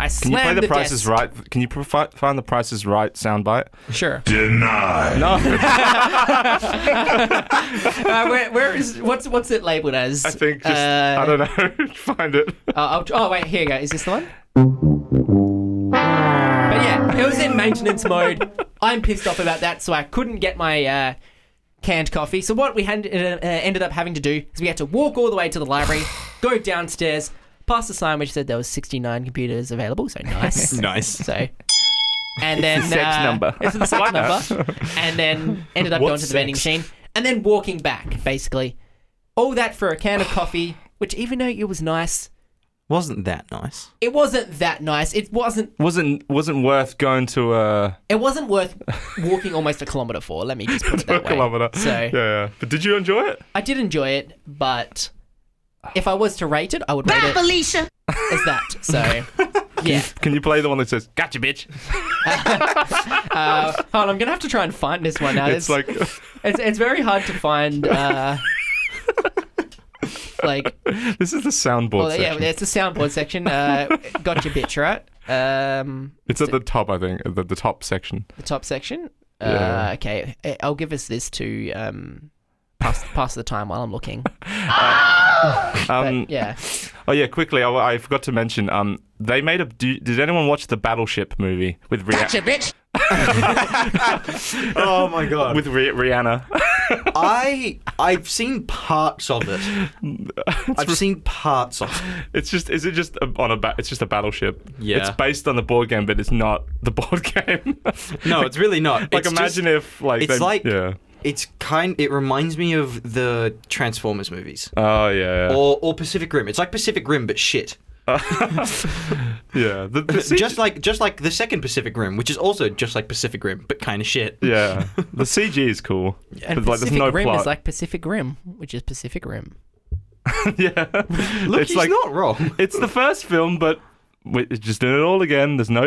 [SPEAKER 3] I
[SPEAKER 1] can you
[SPEAKER 3] slammed
[SPEAKER 1] play the,
[SPEAKER 3] the
[SPEAKER 1] Price
[SPEAKER 3] desk.
[SPEAKER 1] is Right? Can you provi- find the Price is Right soundbite? [LAUGHS]
[SPEAKER 3] Sure.
[SPEAKER 5] Denied.
[SPEAKER 1] No, [LAUGHS] I
[SPEAKER 3] Uh, where, where is what's what's it labeled as? Uh, I
[SPEAKER 1] think just I don't know. [LAUGHS] find it.
[SPEAKER 3] Oh, oh, oh, wait, here you go. Is this the one? But yeah, it was in maintenance mode. I'm pissed off about that, so I couldn't get my uh, canned coffee. So what we had, uh, uh, ended up having to do is we had to walk all the way to the library, go downstairs, past the sign which said there was 69 computers available. So
[SPEAKER 1] [LAUGHS]
[SPEAKER 3] nice.
[SPEAKER 2] nice.
[SPEAKER 3] So. And then
[SPEAKER 1] the sex
[SPEAKER 3] uh,
[SPEAKER 1] number. [LAUGHS]
[SPEAKER 3] It's the sex
[SPEAKER 1] Why not?
[SPEAKER 3] number. And then ended up
[SPEAKER 1] What
[SPEAKER 3] going to the vending machine and then walking back, basically. All that for a can of coffee, which even though it was nice,
[SPEAKER 2] Wasn't that nice?
[SPEAKER 3] it wasn't that nice. It wasn't.
[SPEAKER 1] Wasn't wasn't worth going to uh,
[SPEAKER 3] It wasn't worth walking almost a kilometer for. Let me
[SPEAKER 1] [LAUGHS]
[SPEAKER 3] just put it
[SPEAKER 1] a
[SPEAKER 3] that way.
[SPEAKER 1] kilometer.
[SPEAKER 3] So
[SPEAKER 1] Yeah, yeah. But did you enjoy it?
[SPEAKER 3] I did enjoy it, but if I was to rate it, I would rate it
[SPEAKER 6] Felicia.
[SPEAKER 3] as that.
[SPEAKER 1] [LAUGHS]
[SPEAKER 3] So yeah.
[SPEAKER 1] Can you play the one that says "Gotcha, bitch"?
[SPEAKER 3] Uh, hold on, I'm gonna have to try and find this one now.
[SPEAKER 1] It's
[SPEAKER 3] Uh, It's-
[SPEAKER 1] like
[SPEAKER 3] It's it's very hard to find. Uh, like,
[SPEAKER 1] [LAUGHS] this is the soundboard
[SPEAKER 3] well, yeah,
[SPEAKER 1] section.
[SPEAKER 3] it's the soundboard section. Uh, got your bitch right. Um,
[SPEAKER 1] it's at the top, I think, at the, the top section.
[SPEAKER 3] the top section.
[SPEAKER 1] Yeah.
[SPEAKER 3] Uh, okay, I- I'll give us this to um, pass pass the time while I'm looking.
[SPEAKER 2] Mm.
[SPEAKER 1] Um,
[SPEAKER 3] Yeah,
[SPEAKER 1] Oh yeah, quickly, I, I forgot to mention. Um, they made a. Do, did anyone watch the Battleship movie with Rihanna?
[SPEAKER 6] bitch.
[SPEAKER 2] [LAUGHS] Oh my god.
[SPEAKER 1] With Rih- Rihanna.
[SPEAKER 2] I I've seen parts of [LAUGHS] it. [LAUGHS] I've seen parts of it.
[SPEAKER 1] It's just. Is it just a, on a? Ba- it's just a battleship.
[SPEAKER 2] Yeah.
[SPEAKER 1] It's based on the board game, but it's not the board [LAUGHS] game.
[SPEAKER 2] No, it's really
[SPEAKER 1] [LAUGHS]
[SPEAKER 2] not.
[SPEAKER 1] like
[SPEAKER 2] It's
[SPEAKER 1] imagine
[SPEAKER 2] just-
[SPEAKER 1] if like.
[SPEAKER 2] it's
[SPEAKER 1] they-
[SPEAKER 2] like-
[SPEAKER 1] Yeah.
[SPEAKER 2] it's kind. It reminds me of the Transformers movies
[SPEAKER 1] Oh yeah. Yeah.
[SPEAKER 2] or or Pacific Rim. It's like Pacific Rim, but shit.
[SPEAKER 1] yeah. The, the CG
[SPEAKER 2] [LAUGHS] Just like just like the second Pacific Rim, which is also just like Pacific Rim, but kind of shit.
[SPEAKER 1] Yeah. The CG is cool. Yeah.
[SPEAKER 3] and
[SPEAKER 1] But like, there's
[SPEAKER 3] Pacific
[SPEAKER 1] no
[SPEAKER 3] Rim
[SPEAKER 1] plot.
[SPEAKER 3] is like Pacific Rim, which is Pacific
[SPEAKER 2] [LAUGHS]
[SPEAKER 3] Rim.
[SPEAKER 1] [LAUGHS]
[SPEAKER 3] [LAUGHS]
[SPEAKER 1] yeah.
[SPEAKER 2] Look,
[SPEAKER 1] it's
[SPEAKER 2] he's
[SPEAKER 1] like
[SPEAKER 2] not
[SPEAKER 1] [LAUGHS]
[SPEAKER 2] wrong.
[SPEAKER 1] it's the first film, but we're just doing it all again. There's no, [LAUGHS]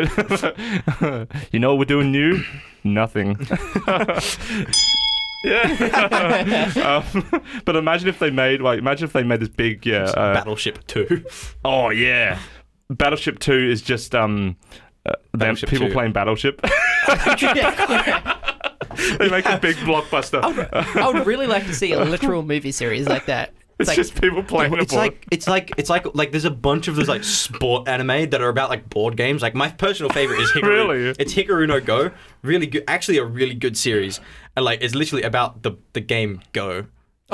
[SPEAKER 1] you know, what we're doing new, nothing. [LAUGHS] yeah, [LAUGHS] um, but imagine if they made like imagine if they made this big yeah uh,
[SPEAKER 2] Battleship
[SPEAKER 1] [LAUGHS]
[SPEAKER 2] Two.
[SPEAKER 1] oh yeah Battleship Two is just um uh, them-
[SPEAKER 2] Battleship
[SPEAKER 1] people
[SPEAKER 2] 2.
[SPEAKER 1] playing Battleship. [LAUGHS]
[SPEAKER 3] Yeah.
[SPEAKER 1] they make a
[SPEAKER 2] [LAUGHS]
[SPEAKER 1] big blockbuster.
[SPEAKER 2] Oh,
[SPEAKER 3] I would really like to see a literal movie series like that.
[SPEAKER 1] it's
[SPEAKER 3] like,
[SPEAKER 1] just people playing a
[SPEAKER 2] It's
[SPEAKER 1] board.
[SPEAKER 2] like it's like it's like like there's a bunch of those like sport anime that are about like board games. Like my personal favorite
[SPEAKER 1] [LAUGHS]
[SPEAKER 2] is Hikaru.
[SPEAKER 1] Really?
[SPEAKER 2] It's Hikaru no Go. Really good, actually a really good series, and like it's literally about the the game Go.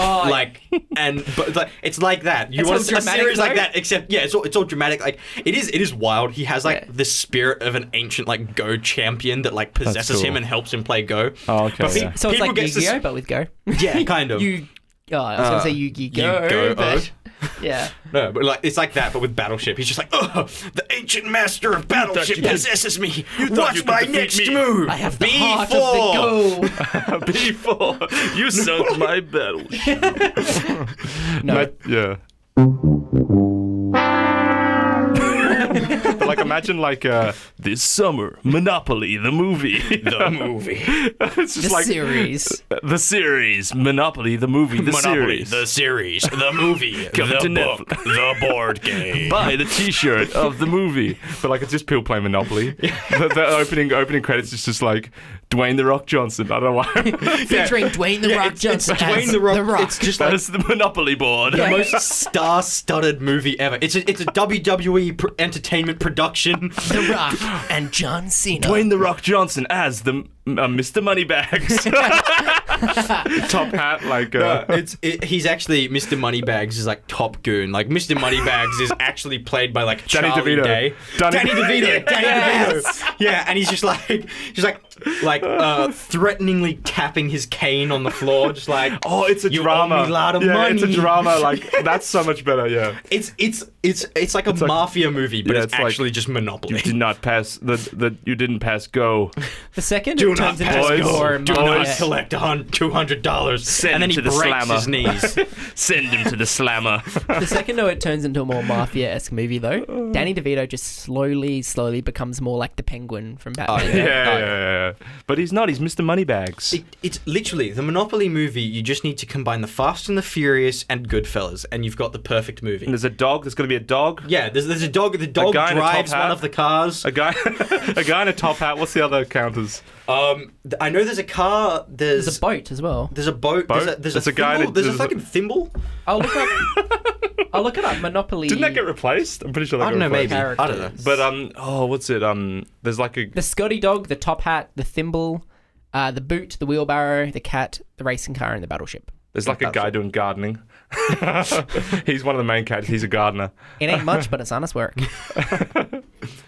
[SPEAKER 3] oh,
[SPEAKER 2] like and but it's like it's like that. You
[SPEAKER 3] It's
[SPEAKER 2] want
[SPEAKER 3] all
[SPEAKER 2] a, a
[SPEAKER 3] dramatic,
[SPEAKER 2] series like
[SPEAKER 3] though.
[SPEAKER 2] that, except yeah, it's all it's all dramatic. Like it is it is wild. He has like
[SPEAKER 3] Yeah.
[SPEAKER 2] the spirit of an ancient like Go champion that like possesses
[SPEAKER 1] cool.
[SPEAKER 2] him and helps him play Go.
[SPEAKER 1] Oh, okay,
[SPEAKER 2] But pe-
[SPEAKER 1] yeah.
[SPEAKER 3] so it's
[SPEAKER 2] people
[SPEAKER 3] like
[SPEAKER 2] gets to
[SPEAKER 3] Yu-Gi-Oh,
[SPEAKER 2] s-
[SPEAKER 3] but with Go. [LAUGHS]
[SPEAKER 2] Yeah, kind of.
[SPEAKER 3] You, oh, I was gonna say Yu-Gi-Go,
[SPEAKER 2] Ah. Yu-Gi-Oh. uh.
[SPEAKER 3] but [LAUGHS] yeah.
[SPEAKER 2] No, but like it's like that, but with Battleship. He's just like, ugh, the ancient master of Battleship
[SPEAKER 1] you could-
[SPEAKER 2] possesses me.
[SPEAKER 1] thought
[SPEAKER 2] What's
[SPEAKER 1] you could
[SPEAKER 2] my
[SPEAKER 1] defeat
[SPEAKER 2] next
[SPEAKER 1] me?
[SPEAKER 2] move?
[SPEAKER 3] I have the
[SPEAKER 2] B4.
[SPEAKER 3] heart of the
[SPEAKER 1] [LAUGHS]
[SPEAKER 2] [LAUGHS]
[SPEAKER 1] Before you sunk my [LAUGHS] battleship.
[SPEAKER 3] go. No,
[SPEAKER 1] Ma- yeah. But, like imagine like uh, this summer Monopoly the movie. [LAUGHS]
[SPEAKER 2] The movie.
[SPEAKER 1] it's just
[SPEAKER 3] the
[SPEAKER 1] like
[SPEAKER 2] [LAUGHS]
[SPEAKER 3] series.
[SPEAKER 1] the series Monopoly the movie. The
[SPEAKER 5] Monopoly,
[SPEAKER 1] series.
[SPEAKER 5] the series,
[SPEAKER 2] [LAUGHS]
[SPEAKER 5] the movie,
[SPEAKER 1] Coming to
[SPEAKER 5] the book,
[SPEAKER 1] Netflix.
[SPEAKER 5] the board game.
[SPEAKER 1] [LAUGHS] Buy the T-shirt [LAUGHS] of the movie, but like it's just people playing Monopoly. the, the opening opening credits is just like Dwayne the Rock Johnson. I don't know why. [LAUGHS]
[SPEAKER 3] Featuring Dwayne the Rock
[SPEAKER 2] it's, it's
[SPEAKER 3] Johnson. as
[SPEAKER 2] Dwayne the Rock.
[SPEAKER 3] The Rock.
[SPEAKER 2] It's just
[SPEAKER 1] That
[SPEAKER 2] like
[SPEAKER 1] is the Monopoly board.
[SPEAKER 2] the most star-studded movie ever. It's a, it's a WWE pr- entertainment production.
[SPEAKER 3] the Rock and John Cena.
[SPEAKER 1] Dwayne the Rock Johnson as the uh, Mr.
[SPEAKER 2] [LAUGHS]
[SPEAKER 1] Moneybags. Top hat, like uh,
[SPEAKER 2] it's it, he's actually Mr. Moneybags is like top goon. Like Mr. Moneybags is actually played by like
[SPEAKER 1] Danny
[SPEAKER 2] Charlie
[SPEAKER 1] DeVito.
[SPEAKER 2] Day.
[SPEAKER 1] Danny-
[SPEAKER 2] Danny DeVito. Danny
[SPEAKER 3] Yes.
[SPEAKER 2] DeVito. Yeah, and he's just like he's like like uh, threateningly tapping his cane on the floor, just like
[SPEAKER 1] oh, it's a
[SPEAKER 2] you
[SPEAKER 1] drama.
[SPEAKER 2] Owe me a lot of
[SPEAKER 1] yeah,
[SPEAKER 2] money.
[SPEAKER 1] it's a
[SPEAKER 2] [LAUGHS]
[SPEAKER 1] drama. Like that's so much better. Yeah.
[SPEAKER 2] It's it's it's it's like a
[SPEAKER 1] like-
[SPEAKER 2] mafia movie, but
[SPEAKER 1] Yeah,
[SPEAKER 2] it's,
[SPEAKER 1] it's like-
[SPEAKER 2] actually just Monopoly.
[SPEAKER 1] Did not pass the the you didn't pass go.
[SPEAKER 3] The second
[SPEAKER 2] Do
[SPEAKER 3] it
[SPEAKER 2] not
[SPEAKER 3] turns into
[SPEAKER 2] pass
[SPEAKER 1] boys.
[SPEAKER 3] more
[SPEAKER 2] Do
[SPEAKER 1] Boys.
[SPEAKER 2] not
[SPEAKER 3] mafia-
[SPEAKER 2] collect two hundred dollars,
[SPEAKER 1] Send
[SPEAKER 2] and then
[SPEAKER 1] to
[SPEAKER 2] he
[SPEAKER 1] the
[SPEAKER 2] breaks
[SPEAKER 1] slammer. [LAUGHS]
[SPEAKER 2] his knees.
[SPEAKER 1] Send him to the slammer.
[SPEAKER 3] The second though it turns into a more mafia esque movie
[SPEAKER 2] [LAUGHS] Uh.
[SPEAKER 3] though, Danny DeVito just slowly, slowly becomes more like the penguin from
[SPEAKER 1] [LAUGHS] yeah,
[SPEAKER 3] Batman.
[SPEAKER 2] Oh, Yeah.
[SPEAKER 1] yeah, yeah, yeah. But he's not. He's Mr. Moneybags.
[SPEAKER 2] It, it's literally the Monopoly movie. You just need to combine the Fast and the Furious and Goodfellas, and you've got the perfect
[SPEAKER 1] And
[SPEAKER 2] movie.
[SPEAKER 1] there's a dog. There's gonna be a dog.
[SPEAKER 2] Yeah, there's, there's a dog. The dog
[SPEAKER 1] guy in a top
[SPEAKER 2] drives
[SPEAKER 1] hat.
[SPEAKER 2] one of the cars.
[SPEAKER 1] A guy, [LAUGHS] a guy in a top hat. What's the other counters?
[SPEAKER 2] Um, th- I know there's a car. There's
[SPEAKER 3] There's a boat as well.
[SPEAKER 2] There's a boat. There's
[SPEAKER 1] Boat?
[SPEAKER 2] a there's,
[SPEAKER 1] There's
[SPEAKER 2] a,
[SPEAKER 1] a guy
[SPEAKER 2] thimble.
[SPEAKER 1] that-
[SPEAKER 2] there's,
[SPEAKER 1] there's a-
[SPEAKER 2] a fucking thimble.
[SPEAKER 3] I'll look
[SPEAKER 2] [LAUGHS]
[SPEAKER 3] up I'll look it up. Monopoly
[SPEAKER 1] Didn't that get replaced? I'm pretty sure that
[SPEAKER 2] I don't
[SPEAKER 1] got
[SPEAKER 2] know.
[SPEAKER 1] replaced.
[SPEAKER 2] Maybe I don't know.
[SPEAKER 3] characters.
[SPEAKER 1] But um, oh, what's it? Um, there's like a
[SPEAKER 3] the Scotty dog, the top hat, the thimble, uh, the boot, the wheelbarrow, the cat, the racing car, and the battleship.
[SPEAKER 1] there's like a guy doing gardening. [LAUGHS] he's one of the main characters. He's a gardener.
[SPEAKER 3] It ain't much, but it's honest work. You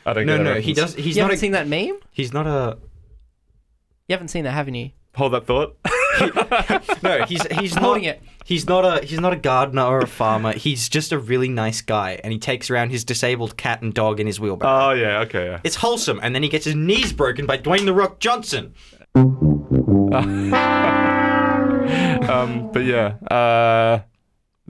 [SPEAKER 1] I don't.
[SPEAKER 2] No,
[SPEAKER 1] get that
[SPEAKER 2] no, he
[SPEAKER 1] reference.
[SPEAKER 2] does. [LAUGHS] He's not.
[SPEAKER 3] haven't
[SPEAKER 2] A,
[SPEAKER 3] seen that meme? You
[SPEAKER 2] he's not a.
[SPEAKER 3] haven't seen that, haven't you?
[SPEAKER 1] Hold that
[SPEAKER 2] [LAUGHS]
[SPEAKER 1] thought.
[SPEAKER 2] No, he's he's not.
[SPEAKER 3] Holding it.
[SPEAKER 2] He's not a he's not a gardener or a farmer. He's just a really nice guy, and he takes around his disabled cat and dog in his wheelbarrow.
[SPEAKER 1] Oh yeah, okay. Yeah.
[SPEAKER 2] It's wholesome, and then he gets his knees broken by Dwayne the Rock Johnson.
[SPEAKER 1] Um, but yeah, uh,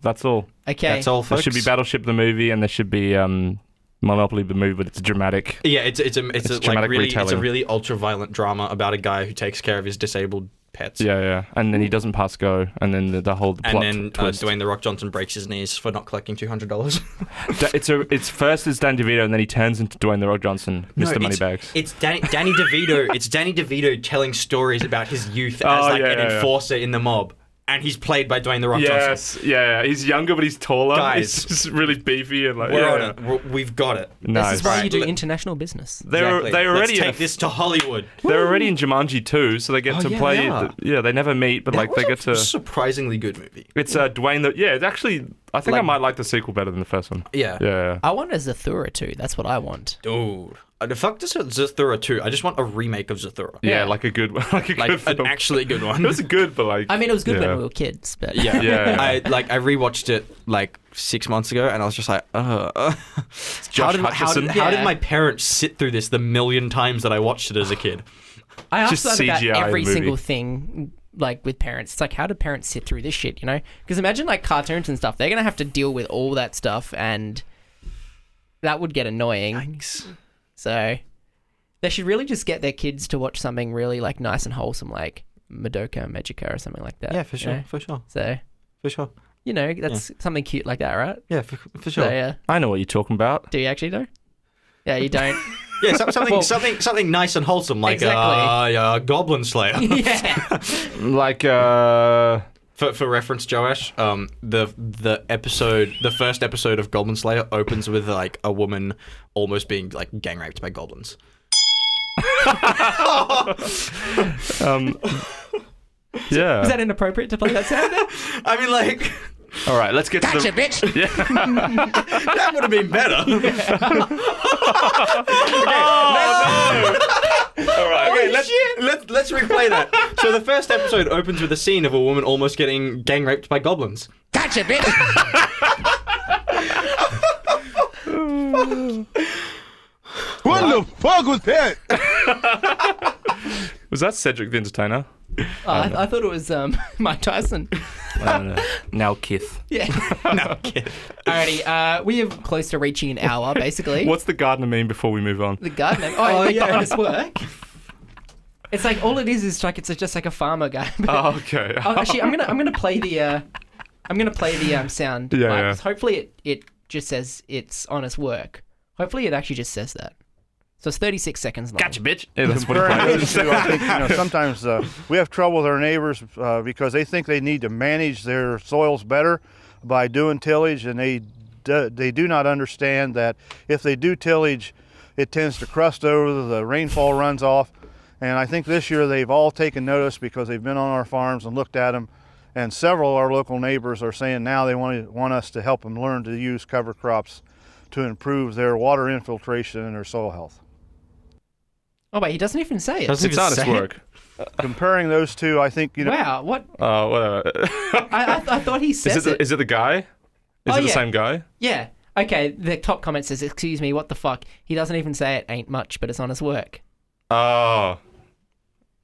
[SPEAKER 1] that's all.
[SPEAKER 3] Okay.
[SPEAKER 2] That's all,
[SPEAKER 1] There
[SPEAKER 2] folks.
[SPEAKER 1] should be Battleship the movie, and there should be um, Monopoly the movie, but it's dramatic.
[SPEAKER 2] Yeah, it's it's a it's,
[SPEAKER 1] It's
[SPEAKER 2] a, like
[SPEAKER 1] dramatic
[SPEAKER 2] really it's a
[SPEAKER 1] retelling.
[SPEAKER 2] really ultra violent drama about a guy who takes care of his disabled pets.
[SPEAKER 1] Yeah, yeah. And then he doesn't pass go, and then the, the whole the
[SPEAKER 2] And
[SPEAKER 1] plot
[SPEAKER 2] then uh,
[SPEAKER 1] twist.
[SPEAKER 2] Dwayne the Rock Johnson breaks his knees for not collecting two hundred dollars. [LAUGHS]
[SPEAKER 1] Da- it's a, it's first it's Dan DeVito, and then he turns into Dwayne the Rock Johnson, Mr. Moneybags.
[SPEAKER 2] It's, Danny, Danny DeVito. it's Danny DeVito telling stories about his youth
[SPEAKER 1] Oh,
[SPEAKER 2] as like
[SPEAKER 1] yeah,
[SPEAKER 2] an
[SPEAKER 1] yeah, yeah.
[SPEAKER 2] enforcer in the mob, and he's played by Dwayne the Rock Johnson.
[SPEAKER 1] yes, yeah, yeah. He's younger, but he's taller.
[SPEAKER 2] Guys.
[SPEAKER 1] he's just really beefy and like.
[SPEAKER 2] We're
[SPEAKER 1] yeah,
[SPEAKER 2] on
[SPEAKER 1] yeah.
[SPEAKER 2] it. We're, we've got it.
[SPEAKER 1] Nice.
[SPEAKER 3] This is why you
[SPEAKER 2] Right,
[SPEAKER 3] do
[SPEAKER 2] let-
[SPEAKER 3] international business.
[SPEAKER 1] They're
[SPEAKER 2] Exactly.
[SPEAKER 1] they're already
[SPEAKER 2] Let's
[SPEAKER 1] in
[SPEAKER 2] take
[SPEAKER 1] a-
[SPEAKER 2] this to Hollywood.
[SPEAKER 1] they're already in Jumanji too, so they get
[SPEAKER 2] Oh,
[SPEAKER 1] to
[SPEAKER 2] yeah,
[SPEAKER 1] play.
[SPEAKER 2] they are.
[SPEAKER 1] th- yeah, they never meet, but like they get to.
[SPEAKER 2] surprisingly good movie.
[SPEAKER 1] It's uh, Dwayne. The, yeah, it's actually. I think I
[SPEAKER 3] Like- Uh,
[SPEAKER 1] might like the sequel better than the first one.
[SPEAKER 2] Yeah.
[SPEAKER 1] Yeah.
[SPEAKER 3] I want a Zathura too. That's what I want.
[SPEAKER 2] Dude, Uh, the fuck this is Zathura too. I just want a remake of Zathura.
[SPEAKER 1] Yeah, like a good, [LAUGHS] like a good
[SPEAKER 2] like an
[SPEAKER 1] film.
[SPEAKER 2] actually good one.
[SPEAKER 1] it was good, but like.
[SPEAKER 3] [LAUGHS] I mean, it was good
[SPEAKER 1] yeah.
[SPEAKER 3] when we were kids, but [LAUGHS]
[SPEAKER 2] yeah,
[SPEAKER 1] Yeah.
[SPEAKER 2] I like I rewatched it like six months ago, and I was just like, uh, uh. how did, my- how,
[SPEAKER 1] Hutcherson.
[SPEAKER 2] did, how did
[SPEAKER 3] Yeah.
[SPEAKER 2] my parents sit through this the million times that I watched it as a kid?
[SPEAKER 3] I asked
[SPEAKER 1] Just
[SPEAKER 3] that about
[SPEAKER 1] CGI
[SPEAKER 3] every
[SPEAKER 1] movie.
[SPEAKER 3] single thing, like with parents. It's like, how do parents sit through this shit? You know, because imagine like cartoons and stuff. They're gonna have to deal with all that stuff, and that would get annoying. So they should really just get their kids to watch something really like nice and wholesome, like Madoka Magica or something like that.
[SPEAKER 2] Yeah, for
[SPEAKER 3] you
[SPEAKER 2] sure,
[SPEAKER 3] know?
[SPEAKER 2] for sure,
[SPEAKER 3] So
[SPEAKER 2] for sure.
[SPEAKER 3] you know, that's something cute like that, right?
[SPEAKER 2] Yeah, for, for
[SPEAKER 3] So
[SPEAKER 2] sure.
[SPEAKER 3] yeah,
[SPEAKER 1] I know what you're talking about.
[SPEAKER 3] do you actually though? Yeah, you don't.
[SPEAKER 2] [LAUGHS]
[SPEAKER 3] [LAUGHS]
[SPEAKER 2] Yeah, some- something,
[SPEAKER 3] Well-
[SPEAKER 2] something, something nice and wholesome like
[SPEAKER 3] Exactly.
[SPEAKER 2] uh, yeah,
[SPEAKER 3] [LAUGHS]
[SPEAKER 2] Goblin Slayer.
[SPEAKER 3] yeah.
[SPEAKER 1] Like,
[SPEAKER 3] [LAUGHS]
[SPEAKER 1] uh,
[SPEAKER 2] for, for reference, Joash, um, the the episode, the first episode of Goblin Slayer opens with like a woman almost being like gang raped by [LAUGHS] goblins.
[SPEAKER 1] um, yeah.
[SPEAKER 3] Is that inappropriate to play that sound? [LAUGHS] there?
[SPEAKER 2] I mean, like
[SPEAKER 1] All right, let's get [LAUGHS] to the.
[SPEAKER 3] bitch.
[SPEAKER 2] that would have been [LAUGHS] better.
[SPEAKER 1] [LAUGHS]
[SPEAKER 2] Oh,
[SPEAKER 1] All right,
[SPEAKER 2] Okay, let's, let's let's replay that. So the first episode opens with a scene of a woman almost getting gang raped by goblins.
[SPEAKER 3] Gotcha, bitch.
[SPEAKER 6] What the fuck was that?
[SPEAKER 1] was that Cedric the Entertainer?
[SPEAKER 3] [LAUGHS] Oh, I, I thought it was um, [LAUGHS] Mike Tyson.
[SPEAKER 1] Now Kith.
[SPEAKER 3] Yeah.
[SPEAKER 2] [LAUGHS] no, kid.
[SPEAKER 3] [LAUGHS] Alrighty, uh, we are close to reaching an hour, basically.
[SPEAKER 1] What's the gardener mean before we move on?
[SPEAKER 3] [LAUGHS] the gardener? Oh,
[SPEAKER 2] Oh,
[SPEAKER 3] the
[SPEAKER 2] yeah.
[SPEAKER 3] gardener's work. It's like all it is is like it's just like a farmer guy. [LAUGHS] But-
[SPEAKER 1] Oh, okay.
[SPEAKER 3] oh, actually, I'm gonna I'm gonna play the uh, I'm gonna play the um, sound.
[SPEAKER 1] Yeah,
[SPEAKER 3] bites.
[SPEAKER 1] yeah.
[SPEAKER 3] Hopefully, it it just says it's honest work. Hopefully, it actually just says that. So it's 36 seconds long.
[SPEAKER 1] Gotcha, bitch. [LAUGHS] Yeah, that's
[SPEAKER 3] [LAUGHS]
[SPEAKER 1] what he
[SPEAKER 7] Comparing
[SPEAKER 1] plays.
[SPEAKER 7] those two, I think, you know, sometimes uh, we have trouble with our neighbors uh, because they think they need to manage their soils better by doing tillage, and they do, they do not understand that if they do tillage, it tends to crust over. The rainfall runs off, and I think this year they've all taken notice because they've been on our farms and looked at them. And several of our local neighbors are saying now they want to, want us to help them learn to use cover crops to improve their water infiltration and their soil health.
[SPEAKER 3] Oh, wait, he doesn't even say it.
[SPEAKER 1] That's it's honest work.
[SPEAKER 7] Comparing those two, I think you know
[SPEAKER 3] Wow, what?
[SPEAKER 1] Uh, whatever.
[SPEAKER 3] [LAUGHS] I, I, I thought he
[SPEAKER 1] is,
[SPEAKER 3] says
[SPEAKER 1] it the, is it the guy? Is
[SPEAKER 3] Oh,
[SPEAKER 1] it the
[SPEAKER 3] yeah.
[SPEAKER 1] same guy?
[SPEAKER 3] Yeah. Okay, the top comment says, excuse me, what the fuck? He doesn't even say it ain't much, but it's on his work.
[SPEAKER 1] Oh.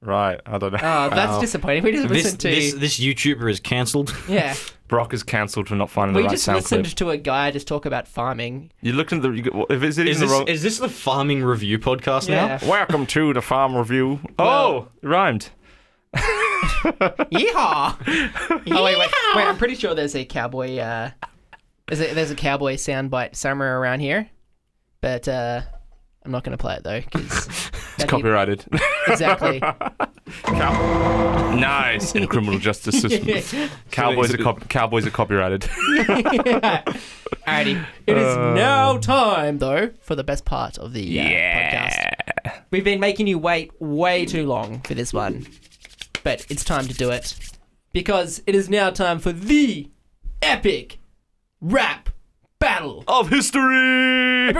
[SPEAKER 1] Right. I don't know.
[SPEAKER 3] Oh, that's disappointing. We just
[SPEAKER 2] This,
[SPEAKER 3] listened to...
[SPEAKER 2] this this YouTuber is cancelled.
[SPEAKER 3] yeah.
[SPEAKER 1] Brock is cancelled for not finding
[SPEAKER 3] We
[SPEAKER 1] the right
[SPEAKER 3] just
[SPEAKER 1] sound
[SPEAKER 3] listened
[SPEAKER 1] clip.
[SPEAKER 3] to a guy just talk about farming.
[SPEAKER 1] You looked at the. You, go- if is it
[SPEAKER 2] Is
[SPEAKER 1] even
[SPEAKER 2] this
[SPEAKER 1] the wrong?
[SPEAKER 2] is this the farming review podcast
[SPEAKER 3] Yeah.
[SPEAKER 1] Welcome to the farm review. oh,
[SPEAKER 3] Well-
[SPEAKER 1] it rhymed.
[SPEAKER 3] Yeehaw! [LAUGHS] oh, wait, wait, wait. I'm pretty sure there's a cowboy... Uh, is it, there's a cowboy soundbite somewhere around here, but uh, I'm not going to play it, though, [LAUGHS] because... it's
[SPEAKER 1] Copyrighted. [LAUGHS]
[SPEAKER 3] Exactly. [LAUGHS]
[SPEAKER 1] nice in criminal justice system. Cowboys are cop- cowboys are copyrighted. [LAUGHS]
[SPEAKER 3] Alrighty. It is now time, though, for the best part of the uh, podcast. We've been making you wait way too long for this one, but it's time to do it because it is now time for the epic rap battle.
[SPEAKER 1] of history.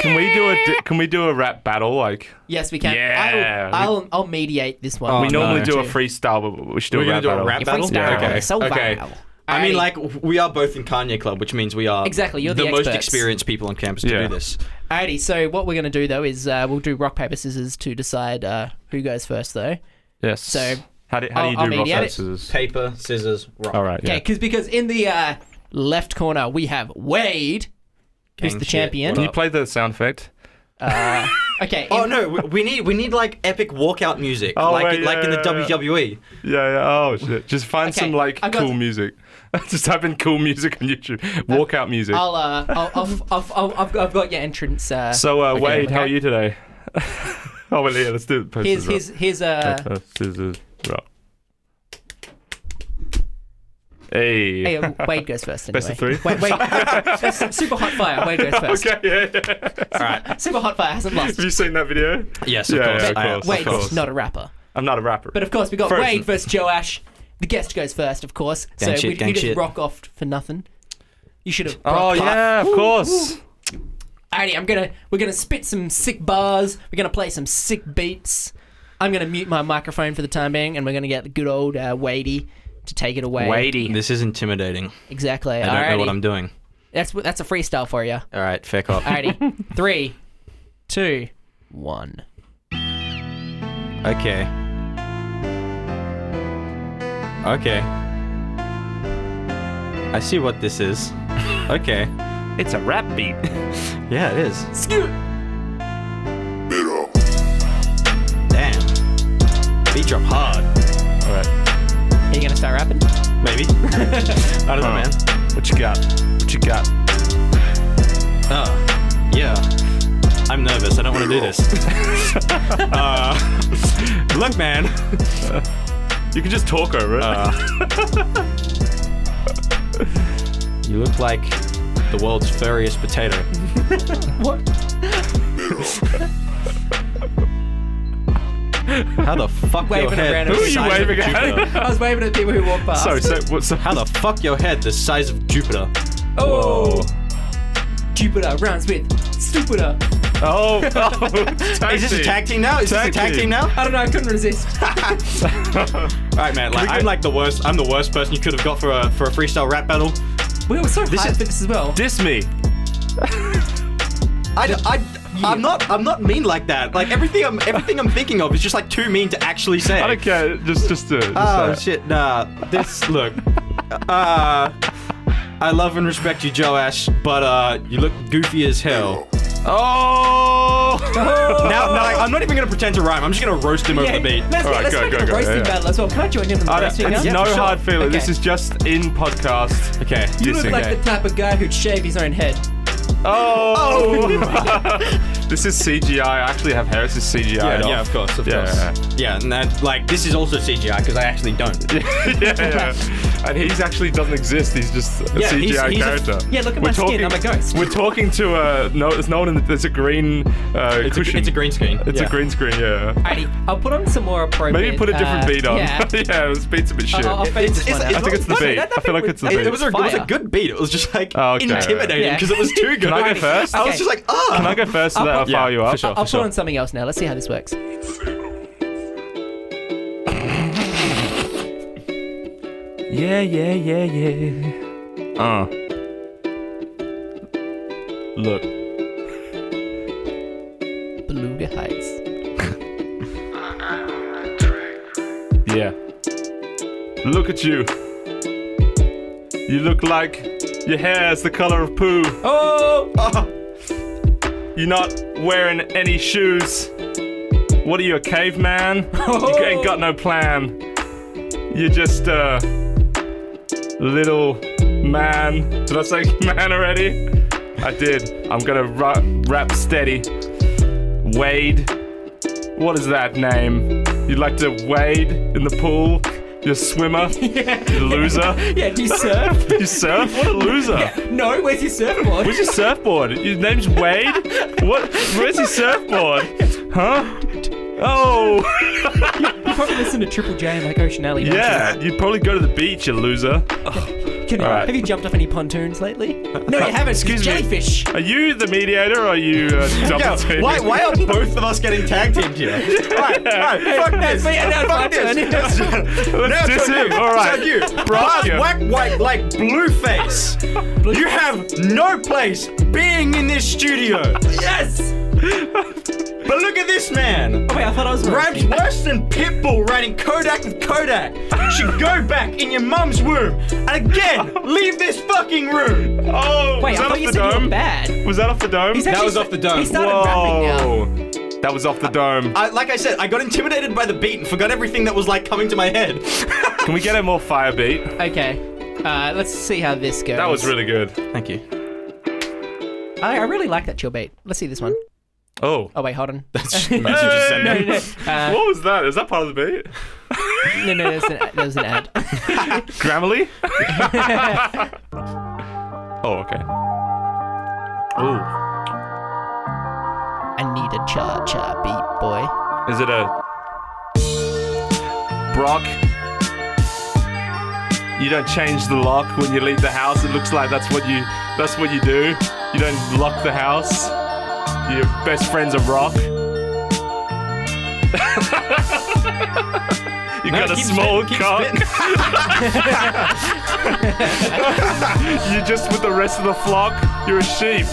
[SPEAKER 1] can we do a di- can we do a rap battle like
[SPEAKER 3] Yes, we can.
[SPEAKER 1] Yeah.
[SPEAKER 3] I'll, I'll, I'll mediate this one.
[SPEAKER 1] we normally
[SPEAKER 2] Oh, no.
[SPEAKER 1] do a freestyle, but we should do
[SPEAKER 2] We're
[SPEAKER 1] a
[SPEAKER 2] gonna
[SPEAKER 1] rap battle.
[SPEAKER 2] do a rap
[SPEAKER 3] If
[SPEAKER 2] battle?
[SPEAKER 3] we start,
[SPEAKER 1] Yeah, okay.
[SPEAKER 3] so
[SPEAKER 1] Okay.
[SPEAKER 3] vile.
[SPEAKER 2] I mean,
[SPEAKER 3] Alrighty.
[SPEAKER 2] like we are both in Kanye Club, which means we are
[SPEAKER 3] Exactly, you're the
[SPEAKER 2] most
[SPEAKER 3] experts.
[SPEAKER 2] experienced people on campus to
[SPEAKER 1] Yeah.
[SPEAKER 2] do this.
[SPEAKER 3] Alrighty, so what we're going to do though is uh, we'll do rock paper scissors to decide uh, who goes first though.
[SPEAKER 1] Yes.
[SPEAKER 3] So,
[SPEAKER 1] how do, how
[SPEAKER 3] I'll-
[SPEAKER 1] do you
[SPEAKER 3] I'll
[SPEAKER 1] do rock
[SPEAKER 3] mediate
[SPEAKER 1] paper
[SPEAKER 3] it.
[SPEAKER 1] scissors?
[SPEAKER 2] Paper, scissors, rock.
[SPEAKER 1] All right. Yeah.
[SPEAKER 3] Okay, because because in the uh, left corner we have Wade, who's
[SPEAKER 2] Gang
[SPEAKER 3] the
[SPEAKER 2] shit,
[SPEAKER 3] champion. Uh,
[SPEAKER 1] Can you play the sound effect?
[SPEAKER 2] [LAUGHS]
[SPEAKER 3] Okay.
[SPEAKER 2] Oh
[SPEAKER 3] in-
[SPEAKER 2] no, we, we need we need like epic walkout music,
[SPEAKER 1] Oh,
[SPEAKER 2] like
[SPEAKER 1] wait,
[SPEAKER 2] like in the E.
[SPEAKER 1] yeah, yeah, yeah.
[SPEAKER 2] WWE.
[SPEAKER 1] Yeah. yeah. Oh shit! Just find
[SPEAKER 3] Okay,
[SPEAKER 1] some like
[SPEAKER 3] I got
[SPEAKER 1] cool
[SPEAKER 3] it.
[SPEAKER 1] music. [LAUGHS] Just type in cool music on YouTube. Walkout music.
[SPEAKER 3] I'll
[SPEAKER 1] [LAUGHS]
[SPEAKER 3] uh, I'll, I'll, I'll, I'll, I've, got- I've got your entrance. Uh,
[SPEAKER 1] so uh,
[SPEAKER 3] okay,
[SPEAKER 1] Wade, how
[SPEAKER 3] okay.
[SPEAKER 1] are you today? [LAUGHS] oh well, yeah. Let's do it.
[SPEAKER 3] Here's
[SPEAKER 1] Rock,
[SPEAKER 3] here's here's uh.
[SPEAKER 1] paper, scissors rock. Hey. [LAUGHS]
[SPEAKER 3] Hey, uh, Wade goes first. Anyway.
[SPEAKER 1] Best of three? [LAUGHS]
[SPEAKER 3] Wait, wait. That's super hot fire. Wade goes first.
[SPEAKER 1] Okay. Yeah. yeah. [LAUGHS]
[SPEAKER 3] Super hot fire hasn't lost.
[SPEAKER 1] Have you seen that video?
[SPEAKER 2] Yes, of
[SPEAKER 1] Yeah,
[SPEAKER 2] course.
[SPEAKER 1] yeah, of
[SPEAKER 2] I-
[SPEAKER 1] course.
[SPEAKER 3] Wade's
[SPEAKER 1] course.
[SPEAKER 3] not a rapper,
[SPEAKER 1] I'm not a rapper.
[SPEAKER 3] but of course we got
[SPEAKER 1] First-
[SPEAKER 3] Wade versus Joash. The guest goes first, of course.
[SPEAKER 2] Gang
[SPEAKER 3] so
[SPEAKER 2] shit,
[SPEAKER 3] we,
[SPEAKER 2] gang
[SPEAKER 3] we just
[SPEAKER 2] shit.
[SPEAKER 3] rock off for nothing. You should have.
[SPEAKER 1] oh
[SPEAKER 3] rocked off.
[SPEAKER 1] yeah, of course.
[SPEAKER 3] Alrighty, I'm gonna we're gonna spit some sick bars. We're gonna play some sick beats. I'm gonna mute my microphone for the time being, and we're gonna get the good old uh, Wadey to take it away.
[SPEAKER 2] This is intimidating.
[SPEAKER 3] exactly.
[SPEAKER 2] I don't
[SPEAKER 3] Alrighty,
[SPEAKER 2] know what I'm doing.
[SPEAKER 3] that's that's a freestyle for you.
[SPEAKER 2] All right, fair
[SPEAKER 1] [LAUGHS]
[SPEAKER 2] cop.
[SPEAKER 3] Alrighty, three, two, one.
[SPEAKER 2] Okay. Okay. I see what this is. Okay.
[SPEAKER 1] It's a rap beat.
[SPEAKER 2] Yeah, it is.
[SPEAKER 3] Scoot.
[SPEAKER 2] Damn. Beat drop hard.
[SPEAKER 1] All right.
[SPEAKER 3] Are you gonna start rapping?
[SPEAKER 2] Maybe. [LAUGHS] I don't know, man.
[SPEAKER 1] What you got? What you [LAUGHS] got?
[SPEAKER 2] Oh, yeah. I'm nervous. I don't want to do this. uh, look, man.
[SPEAKER 1] You can just talk over it. [LAUGHS]
[SPEAKER 2] You look like the world's furriest
[SPEAKER 1] [LAUGHS]
[SPEAKER 2] potato.
[SPEAKER 3] What?
[SPEAKER 2] How the fuck your
[SPEAKER 3] Waving
[SPEAKER 2] head?
[SPEAKER 3] around a
[SPEAKER 2] the
[SPEAKER 3] Who are you
[SPEAKER 2] size of
[SPEAKER 1] waving at?
[SPEAKER 3] [LAUGHS]
[SPEAKER 2] Jupiter?
[SPEAKER 3] I was waving at people who walk past.
[SPEAKER 1] Oh. so, so, what, so
[SPEAKER 2] How the fuck your head the size of Jupiter?
[SPEAKER 1] [LAUGHS]
[SPEAKER 3] Oh. Jupiter rhymes with stupider.
[SPEAKER 1] Oh, oh tag
[SPEAKER 2] Is this a
[SPEAKER 1] team.
[SPEAKER 2] tag team now? Is
[SPEAKER 1] Tag
[SPEAKER 2] this a tag
[SPEAKER 1] team.
[SPEAKER 2] team, now?
[SPEAKER 3] I don't know. I
[SPEAKER 1] [LAUGHS]
[SPEAKER 3] couldn't resist.
[SPEAKER 2] All right, man. Like, I'm like the worst. I'm the worst person you could have got for a for a freestyle rap battle.
[SPEAKER 3] we were so hyped
[SPEAKER 2] is-
[SPEAKER 3] for this as well. [LAUGHS]
[SPEAKER 1] Diss me.
[SPEAKER 2] I, I, I'm not I'm not mean like that. Like everything I'm everything I'm thinking of is just like too mean to actually say.
[SPEAKER 1] I don't care. Just, just do it. Just
[SPEAKER 2] Oh
[SPEAKER 1] say it.
[SPEAKER 2] shit, nah. [LAUGHS] This look. Uh I love and respect you, Joash, but uh you look goofy as hell.
[SPEAKER 1] [LAUGHS] Oh.
[SPEAKER 2] Now, now like, I'm not even gonna pretend to rhyme, I'm just gonna roast him over the beat.
[SPEAKER 3] Let's,
[SPEAKER 1] Alright,
[SPEAKER 3] let's
[SPEAKER 1] go,
[SPEAKER 3] make
[SPEAKER 1] go,
[SPEAKER 3] it a
[SPEAKER 1] go,
[SPEAKER 3] roasting
[SPEAKER 1] yeah.
[SPEAKER 3] battle as well. Can I join in on the
[SPEAKER 1] I
[SPEAKER 3] roasting
[SPEAKER 1] don't-
[SPEAKER 3] now?
[SPEAKER 1] it's no
[SPEAKER 2] for sure.
[SPEAKER 1] hard feeling. This
[SPEAKER 3] Okay.
[SPEAKER 1] is just in podcast.
[SPEAKER 2] Okay.
[SPEAKER 3] You look
[SPEAKER 1] dissing.
[SPEAKER 3] like the type of guy who'd shave his own head.
[SPEAKER 1] [LAUGHS] Oh! this is CGI. I actually have hair. This is CGI.
[SPEAKER 2] yeah, yeah, of course, of
[SPEAKER 1] Yeah,
[SPEAKER 2] course.
[SPEAKER 1] yeah,
[SPEAKER 2] Yeah, and that like this is also CGI because I actually don't.
[SPEAKER 1] [LAUGHS] yeah, yeah. And he's actually doesn't exist. He's just a
[SPEAKER 2] Yeah,
[SPEAKER 1] CGI
[SPEAKER 2] he's- he's a-
[SPEAKER 1] character.
[SPEAKER 3] yeah, look at my skin, I'm a ghost.
[SPEAKER 1] We're talking to a no. There's no one. In the, there's a green uh,
[SPEAKER 2] It's
[SPEAKER 1] cushion.
[SPEAKER 2] a, it's a green screen.
[SPEAKER 1] It's
[SPEAKER 2] Yeah.
[SPEAKER 1] a green screen. Yeah.
[SPEAKER 3] Alrighty, I'll put on some more appropriate.
[SPEAKER 1] Maybe put a different
[SPEAKER 3] uh,
[SPEAKER 1] beat on. [LAUGHS]
[SPEAKER 3] Yeah.
[SPEAKER 1] this beat's a bit shit.
[SPEAKER 3] I'll, I'll fade
[SPEAKER 2] It's-
[SPEAKER 3] this
[SPEAKER 2] it's-
[SPEAKER 3] one
[SPEAKER 2] it's
[SPEAKER 1] I
[SPEAKER 3] out.
[SPEAKER 1] think it's the
[SPEAKER 3] No, no,
[SPEAKER 1] beat.
[SPEAKER 3] that- that
[SPEAKER 1] I feel
[SPEAKER 3] bit
[SPEAKER 1] like it's the
[SPEAKER 3] was-
[SPEAKER 1] beat.
[SPEAKER 2] It, it was a, it was a
[SPEAKER 3] Fire.
[SPEAKER 2] good beat. It was just like
[SPEAKER 1] Oh, okay.
[SPEAKER 2] intimidating
[SPEAKER 3] Yeah.
[SPEAKER 2] because it was too
[SPEAKER 1] Can
[SPEAKER 2] good.
[SPEAKER 1] I go first?
[SPEAKER 2] I
[SPEAKER 3] Okay.
[SPEAKER 2] was just like, ah.
[SPEAKER 1] Can I go first so that I'll
[SPEAKER 2] Yeah,
[SPEAKER 1] fire you
[SPEAKER 2] for
[SPEAKER 1] up?
[SPEAKER 2] sure.
[SPEAKER 3] I'll put on something else now. Let's see how this works.
[SPEAKER 4] Yeah, yeah, yeah, yeah. Uh.
[SPEAKER 1] Uh.
[SPEAKER 4] Look.
[SPEAKER 3] Beluga Heights.
[SPEAKER 1] Yeah. Look at you. You look like your hair is the color of poo.
[SPEAKER 3] Oh!
[SPEAKER 1] [LAUGHS] You're not wearing any shoes. What are you, a caveman? You ain't got no plan. You're just a little man. Did I say [LAUGHS] man already? I did. I'm gonna rap, rap steady. Wade. What is that name? You'd like to wade in the pool? You're a
[SPEAKER 3] [LAUGHS]
[SPEAKER 1] swimmer? You're a loser? [LAUGHS]
[SPEAKER 3] Yeah, do you surf? [LAUGHS]
[SPEAKER 1] You surf? What a loser!
[SPEAKER 3] no, where's your surfboard?
[SPEAKER 1] Where's your surfboard? Your name's Wade? What? Where's your surfboard? Huh? Oh, [LAUGHS]
[SPEAKER 3] You probably listen to Triple J and like Ocean Alley. don't
[SPEAKER 1] yeah. You'd probably go to the beach, you loser.
[SPEAKER 3] you? Can-
[SPEAKER 1] Alright.
[SPEAKER 3] Have you jumped off any
[SPEAKER 1] [LAUGHS]
[SPEAKER 3] pontoons lately? No, you haven't.
[SPEAKER 1] Excuse
[SPEAKER 3] Excuse
[SPEAKER 1] me.
[SPEAKER 3] jellyfish.
[SPEAKER 1] Are you the mediator or are you
[SPEAKER 3] [LAUGHS]
[SPEAKER 1] uh, double
[SPEAKER 2] Yeah,
[SPEAKER 1] teaming?
[SPEAKER 2] why, why are both of us getting tag teamed here? Alright, alright, fuck this.
[SPEAKER 3] me, now it's my
[SPEAKER 2] fuck this.
[SPEAKER 3] turn.
[SPEAKER 2] That's-
[SPEAKER 1] Let's
[SPEAKER 2] it's
[SPEAKER 1] diss
[SPEAKER 2] on
[SPEAKER 1] him.
[SPEAKER 2] you.
[SPEAKER 1] All right.
[SPEAKER 2] It's on you.
[SPEAKER 1] Brock,
[SPEAKER 2] Buzz whack white like blue face. You have no place being in this studio.
[SPEAKER 3] Yes!
[SPEAKER 2] But look at this man.
[SPEAKER 3] Oh, Wait, I thought I was right.
[SPEAKER 1] [LAUGHS]
[SPEAKER 2] Raps worse than Pitbull riding Kodak with Kodak. Should go back in your mum's womb. And again, leave this fucking room.
[SPEAKER 1] Oh,
[SPEAKER 3] Wait,
[SPEAKER 1] was that
[SPEAKER 3] I thought
[SPEAKER 1] off
[SPEAKER 3] you
[SPEAKER 1] the
[SPEAKER 3] said you were
[SPEAKER 1] dome?
[SPEAKER 3] bad.
[SPEAKER 1] Was that off the dome?
[SPEAKER 3] He's actually
[SPEAKER 2] was
[SPEAKER 3] sta-
[SPEAKER 2] off the dome.
[SPEAKER 3] He started rapping now.
[SPEAKER 1] Whoa. That was off the dome.
[SPEAKER 2] I, like I said, I got intimidated by the beat and forgot everything that was like coming to my head. [LAUGHS]
[SPEAKER 1] Can we get a more fire beat?
[SPEAKER 3] Okay. Uh, let's see how this goes.
[SPEAKER 1] That was really good.
[SPEAKER 2] Thank you.
[SPEAKER 3] I, I really like that chill bait. Let's see this one.
[SPEAKER 1] Oh.
[SPEAKER 3] Oh wait,
[SPEAKER 1] [LAUGHS]
[SPEAKER 3] hold on.
[SPEAKER 1] Hey!
[SPEAKER 3] no, uh,
[SPEAKER 1] What was that? Is that part of the beat?
[SPEAKER 3] no, no, there's an, there's an ad. [LAUGHS]
[SPEAKER 1] Grammarly? [LAUGHS] oh, okay. Ooh.
[SPEAKER 3] I need a cha cha beat, boy.
[SPEAKER 1] Is it a. Brock? You don't change the lock when you leave the house. It looks like that's what you that's what you do. You don't lock the house. Your best friend's a rock. [LAUGHS] you got a
[SPEAKER 2] keep
[SPEAKER 1] small
[SPEAKER 2] spitting, keep
[SPEAKER 1] cock. [LAUGHS] You're just with the rest of the flock. You're a sheep.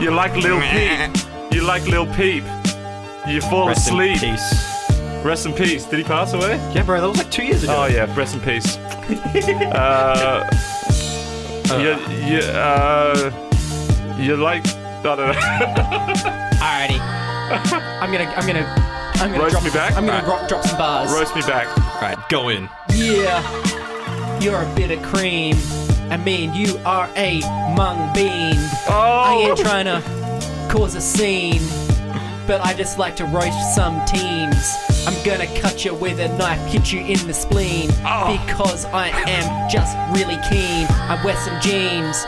[SPEAKER 1] You like Lil Peep. You like Lil Peep. You fall asleep.
[SPEAKER 2] peace.
[SPEAKER 1] Rest in peace. Did he pass away?
[SPEAKER 2] Yeah, bro, that was like two years ago.
[SPEAKER 1] Oh yeah, rest in
[SPEAKER 2] [LAUGHS]
[SPEAKER 1] peace. uh, you, you, uh, you like I don't know. [LAUGHS]
[SPEAKER 3] Alrighty. I'm gonna, I'm gonna, I'm gonna
[SPEAKER 1] Roast
[SPEAKER 3] drop,
[SPEAKER 1] me back?
[SPEAKER 3] I'm gonna
[SPEAKER 1] Alright.
[SPEAKER 3] ro- drop some bars.
[SPEAKER 1] Roast me back.
[SPEAKER 2] Right, go in.
[SPEAKER 3] Yeah, you're a bit of cream, and me and you are a mung bean. I
[SPEAKER 1] Oh,
[SPEAKER 3] ain't trying to cause a scene, but I just like to roast some teens. I'm gonna cut you with a knife, hit you in the spleen,
[SPEAKER 1] Oh.
[SPEAKER 3] because I am just really keen. I wear some jeans,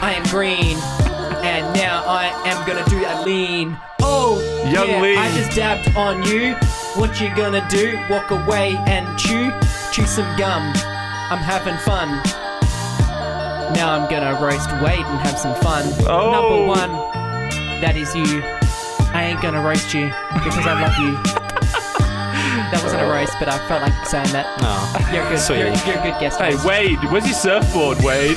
[SPEAKER 3] I am green, and now I am gonna do a lean. Oh,
[SPEAKER 1] Young
[SPEAKER 3] yeah,
[SPEAKER 1] lean.
[SPEAKER 3] I just dabbed on you. What you gonna do? Walk away and chew, chew some gum. I'm having fun. Now I'm gonna roast Wade and have some fun.
[SPEAKER 1] Oh.
[SPEAKER 3] Number one, that is you. I ain't gonna roast you because I love you. that wasn't a roast, but I felt like saying that. [LAUGHS]
[SPEAKER 2] No.
[SPEAKER 3] You're a good.
[SPEAKER 2] Sweet.
[SPEAKER 3] You're, you're a good guest.
[SPEAKER 1] hey
[SPEAKER 3] host.
[SPEAKER 1] Wade, where's your surfboard, Wade?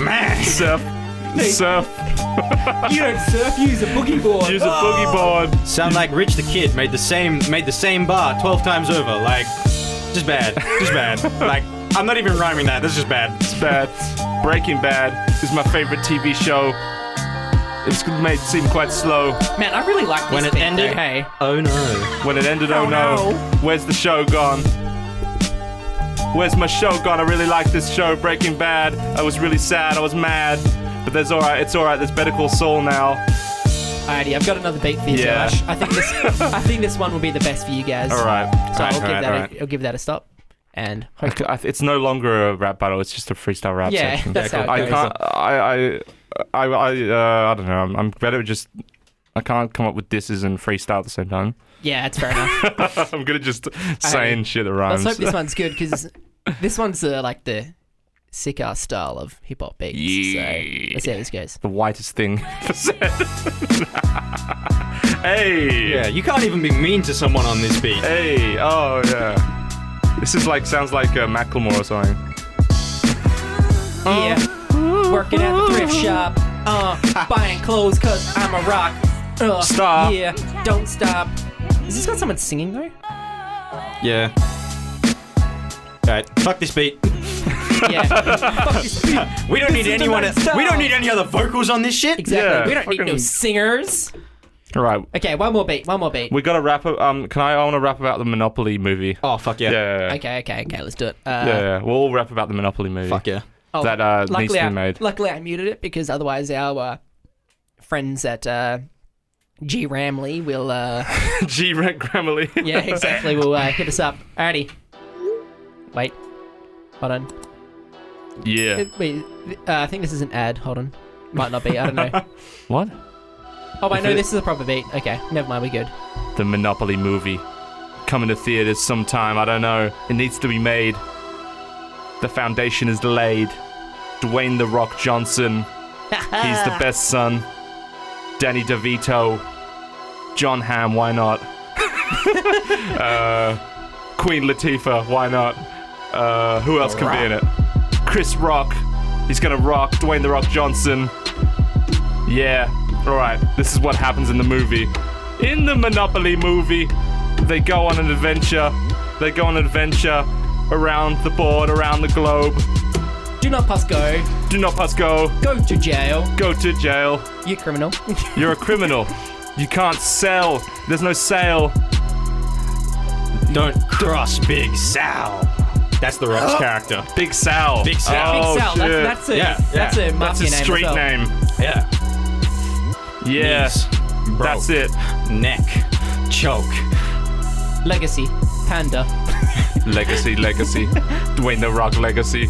[SPEAKER 2] Man.
[SPEAKER 1] surf, surf.
[SPEAKER 3] you don't surf. You use a boogie board. Oh.
[SPEAKER 1] Use a boogie board.
[SPEAKER 2] Sound like Rich the Kid made the same made the same bar twelve times over. Like, just bad, just bad. like, I'm not even rhyming that. That's just bad.
[SPEAKER 1] Bad. Breaking Bad is my favorite TV show. It's made seem quite slow.
[SPEAKER 3] Man, I really like this
[SPEAKER 2] When it
[SPEAKER 3] bit,
[SPEAKER 2] ended,
[SPEAKER 3] though, hey.
[SPEAKER 2] Oh no.
[SPEAKER 1] When it ended, oh,
[SPEAKER 3] Oh, no.
[SPEAKER 1] Where's the show gone? Where's my Shogun? I really like this show, Breaking Bad. I was really sad, I was mad. But there's alright, it's alright, there's Better Call Saul now.
[SPEAKER 3] Alrighty, I've got another beat for you,
[SPEAKER 1] Yeah.
[SPEAKER 3] Josh. I
[SPEAKER 1] [LAUGHS]
[SPEAKER 3] think this, I think this one will be the best for you guys.
[SPEAKER 1] Alright.
[SPEAKER 3] So I'll give
[SPEAKER 1] alright,
[SPEAKER 3] that.
[SPEAKER 1] alright.
[SPEAKER 3] A, I'll give that a stop. And hope
[SPEAKER 1] I- It's no longer a rap battle. It's just a freestyle rap
[SPEAKER 3] Yeah,
[SPEAKER 1] section.
[SPEAKER 3] that's how it
[SPEAKER 1] I
[SPEAKER 3] goes.
[SPEAKER 1] can't. I. I. I. I, uh, I don't know. I'm, I'm better at just. I can't come up with disses and freestyle at the same time.
[SPEAKER 3] yeah, it's fair
[SPEAKER 1] [LAUGHS]
[SPEAKER 3] enough.
[SPEAKER 1] I'm gonna just saying shit that
[SPEAKER 3] Let's
[SPEAKER 1] rhymes.
[SPEAKER 3] hope this one's good [LAUGHS] because this one's uh, like the sick ass style of hip hop beats. So let's see how this goes.
[SPEAKER 1] the whitest thing [LAUGHS] ever said. hey.
[SPEAKER 2] Yeah, you can't even be mean to someone on this beat.
[SPEAKER 1] Hey. Oh yeah. This is like sounds like uh, Macklemore or something.
[SPEAKER 3] Yeah, working at the thrift shop, [LAUGHS] uh, buying clothes cause I'm a rock. Uh,
[SPEAKER 1] Stop.
[SPEAKER 3] Yeah, don't stop. Has this got someone singing though?
[SPEAKER 2] Yeah. Alright, fuck this beat. [LAUGHS]
[SPEAKER 3] [LAUGHS] Yeah. Fuck this beat.
[SPEAKER 2] We don't need
[SPEAKER 3] is the
[SPEAKER 2] anyone.
[SPEAKER 3] right style.
[SPEAKER 2] We don't need any other vocals on this shit.
[SPEAKER 3] Exactly.
[SPEAKER 1] Yeah,
[SPEAKER 3] we don't need no
[SPEAKER 1] fucking-
[SPEAKER 3] singers.
[SPEAKER 1] All right.
[SPEAKER 3] Okay, one more beat. One more beat.
[SPEAKER 1] We got to wrap. up- Um. Can I? I want to rap about the Monopoly movie.
[SPEAKER 2] Oh fuck yeah.
[SPEAKER 1] Yeah. Yeah. yeah.
[SPEAKER 3] Okay, okay, okay. Let's do it. Uh,
[SPEAKER 1] Yeah, yeah. We'll all rap about the Monopoly movie.
[SPEAKER 2] Fuck yeah.
[SPEAKER 3] oh,
[SPEAKER 1] that, uh, needs to
[SPEAKER 3] luckily
[SPEAKER 1] be
[SPEAKER 3] I,
[SPEAKER 1] made.
[SPEAKER 3] Luckily, I muted it because otherwise our uh, friends at uh, G Ramley will. Uh,
[SPEAKER 1] [LAUGHS] G Rank Grammarly.
[SPEAKER 3] yeah, exactly. will uh, hit us up. Alrighty. Wait. Hold on.
[SPEAKER 1] [LAUGHS] Yeah.
[SPEAKER 3] Uh, Wait. th- Uh, I think this is an ad. Hold on. Might not be. I don't
[SPEAKER 1] [LAUGHS]
[SPEAKER 3] know.
[SPEAKER 1] What?
[SPEAKER 3] Oh, I know this is a proper beat. Okay, never mind. We're good.
[SPEAKER 1] The Monopoly movie. Coming to theaters sometime, I don't know. It needs to be made. The foundation is laid. Dwayne The Rock Johnson. [LAUGHS] He's the best son. Danny DeVito. John Hamm, why not? uh, Queen Latifah, why not? Uh, who else can be in it? Chris Rock. He's gonna rock. Dwayne The Rock Johnson. Yeah. Alright, this is what happens in the movie. In the Monopoly movie, they go on an adventure. They go on an adventure around the board, around the globe.
[SPEAKER 3] Do not pass go.
[SPEAKER 1] Do not pass go.
[SPEAKER 3] Go to jail.
[SPEAKER 1] Go to jail.
[SPEAKER 3] You criminal.
[SPEAKER 1] You're a criminal. You can't sell. There's no sale.
[SPEAKER 2] Don't cross Big Sal. That's the Rock's character.
[SPEAKER 1] Big Sal.
[SPEAKER 2] Big Sal.
[SPEAKER 1] Oh,
[SPEAKER 3] Big Sal.
[SPEAKER 1] shit.
[SPEAKER 3] That's, that's a
[SPEAKER 2] Yeah,
[SPEAKER 3] that's
[SPEAKER 2] yeah.
[SPEAKER 3] a
[SPEAKER 1] That's
[SPEAKER 3] mafia
[SPEAKER 1] a
[SPEAKER 3] name. as
[SPEAKER 1] street
[SPEAKER 3] well.
[SPEAKER 1] name.
[SPEAKER 2] Yeah.
[SPEAKER 1] Yeah.
[SPEAKER 2] Knees. Bro.
[SPEAKER 1] That's it.
[SPEAKER 2] Neck. Choke.
[SPEAKER 1] [LAUGHS]
[SPEAKER 3] Legacy. Panda.
[SPEAKER 1] Legacy,
[SPEAKER 3] [LAUGHS]
[SPEAKER 1] legacy. Dwayne the Rock legacy.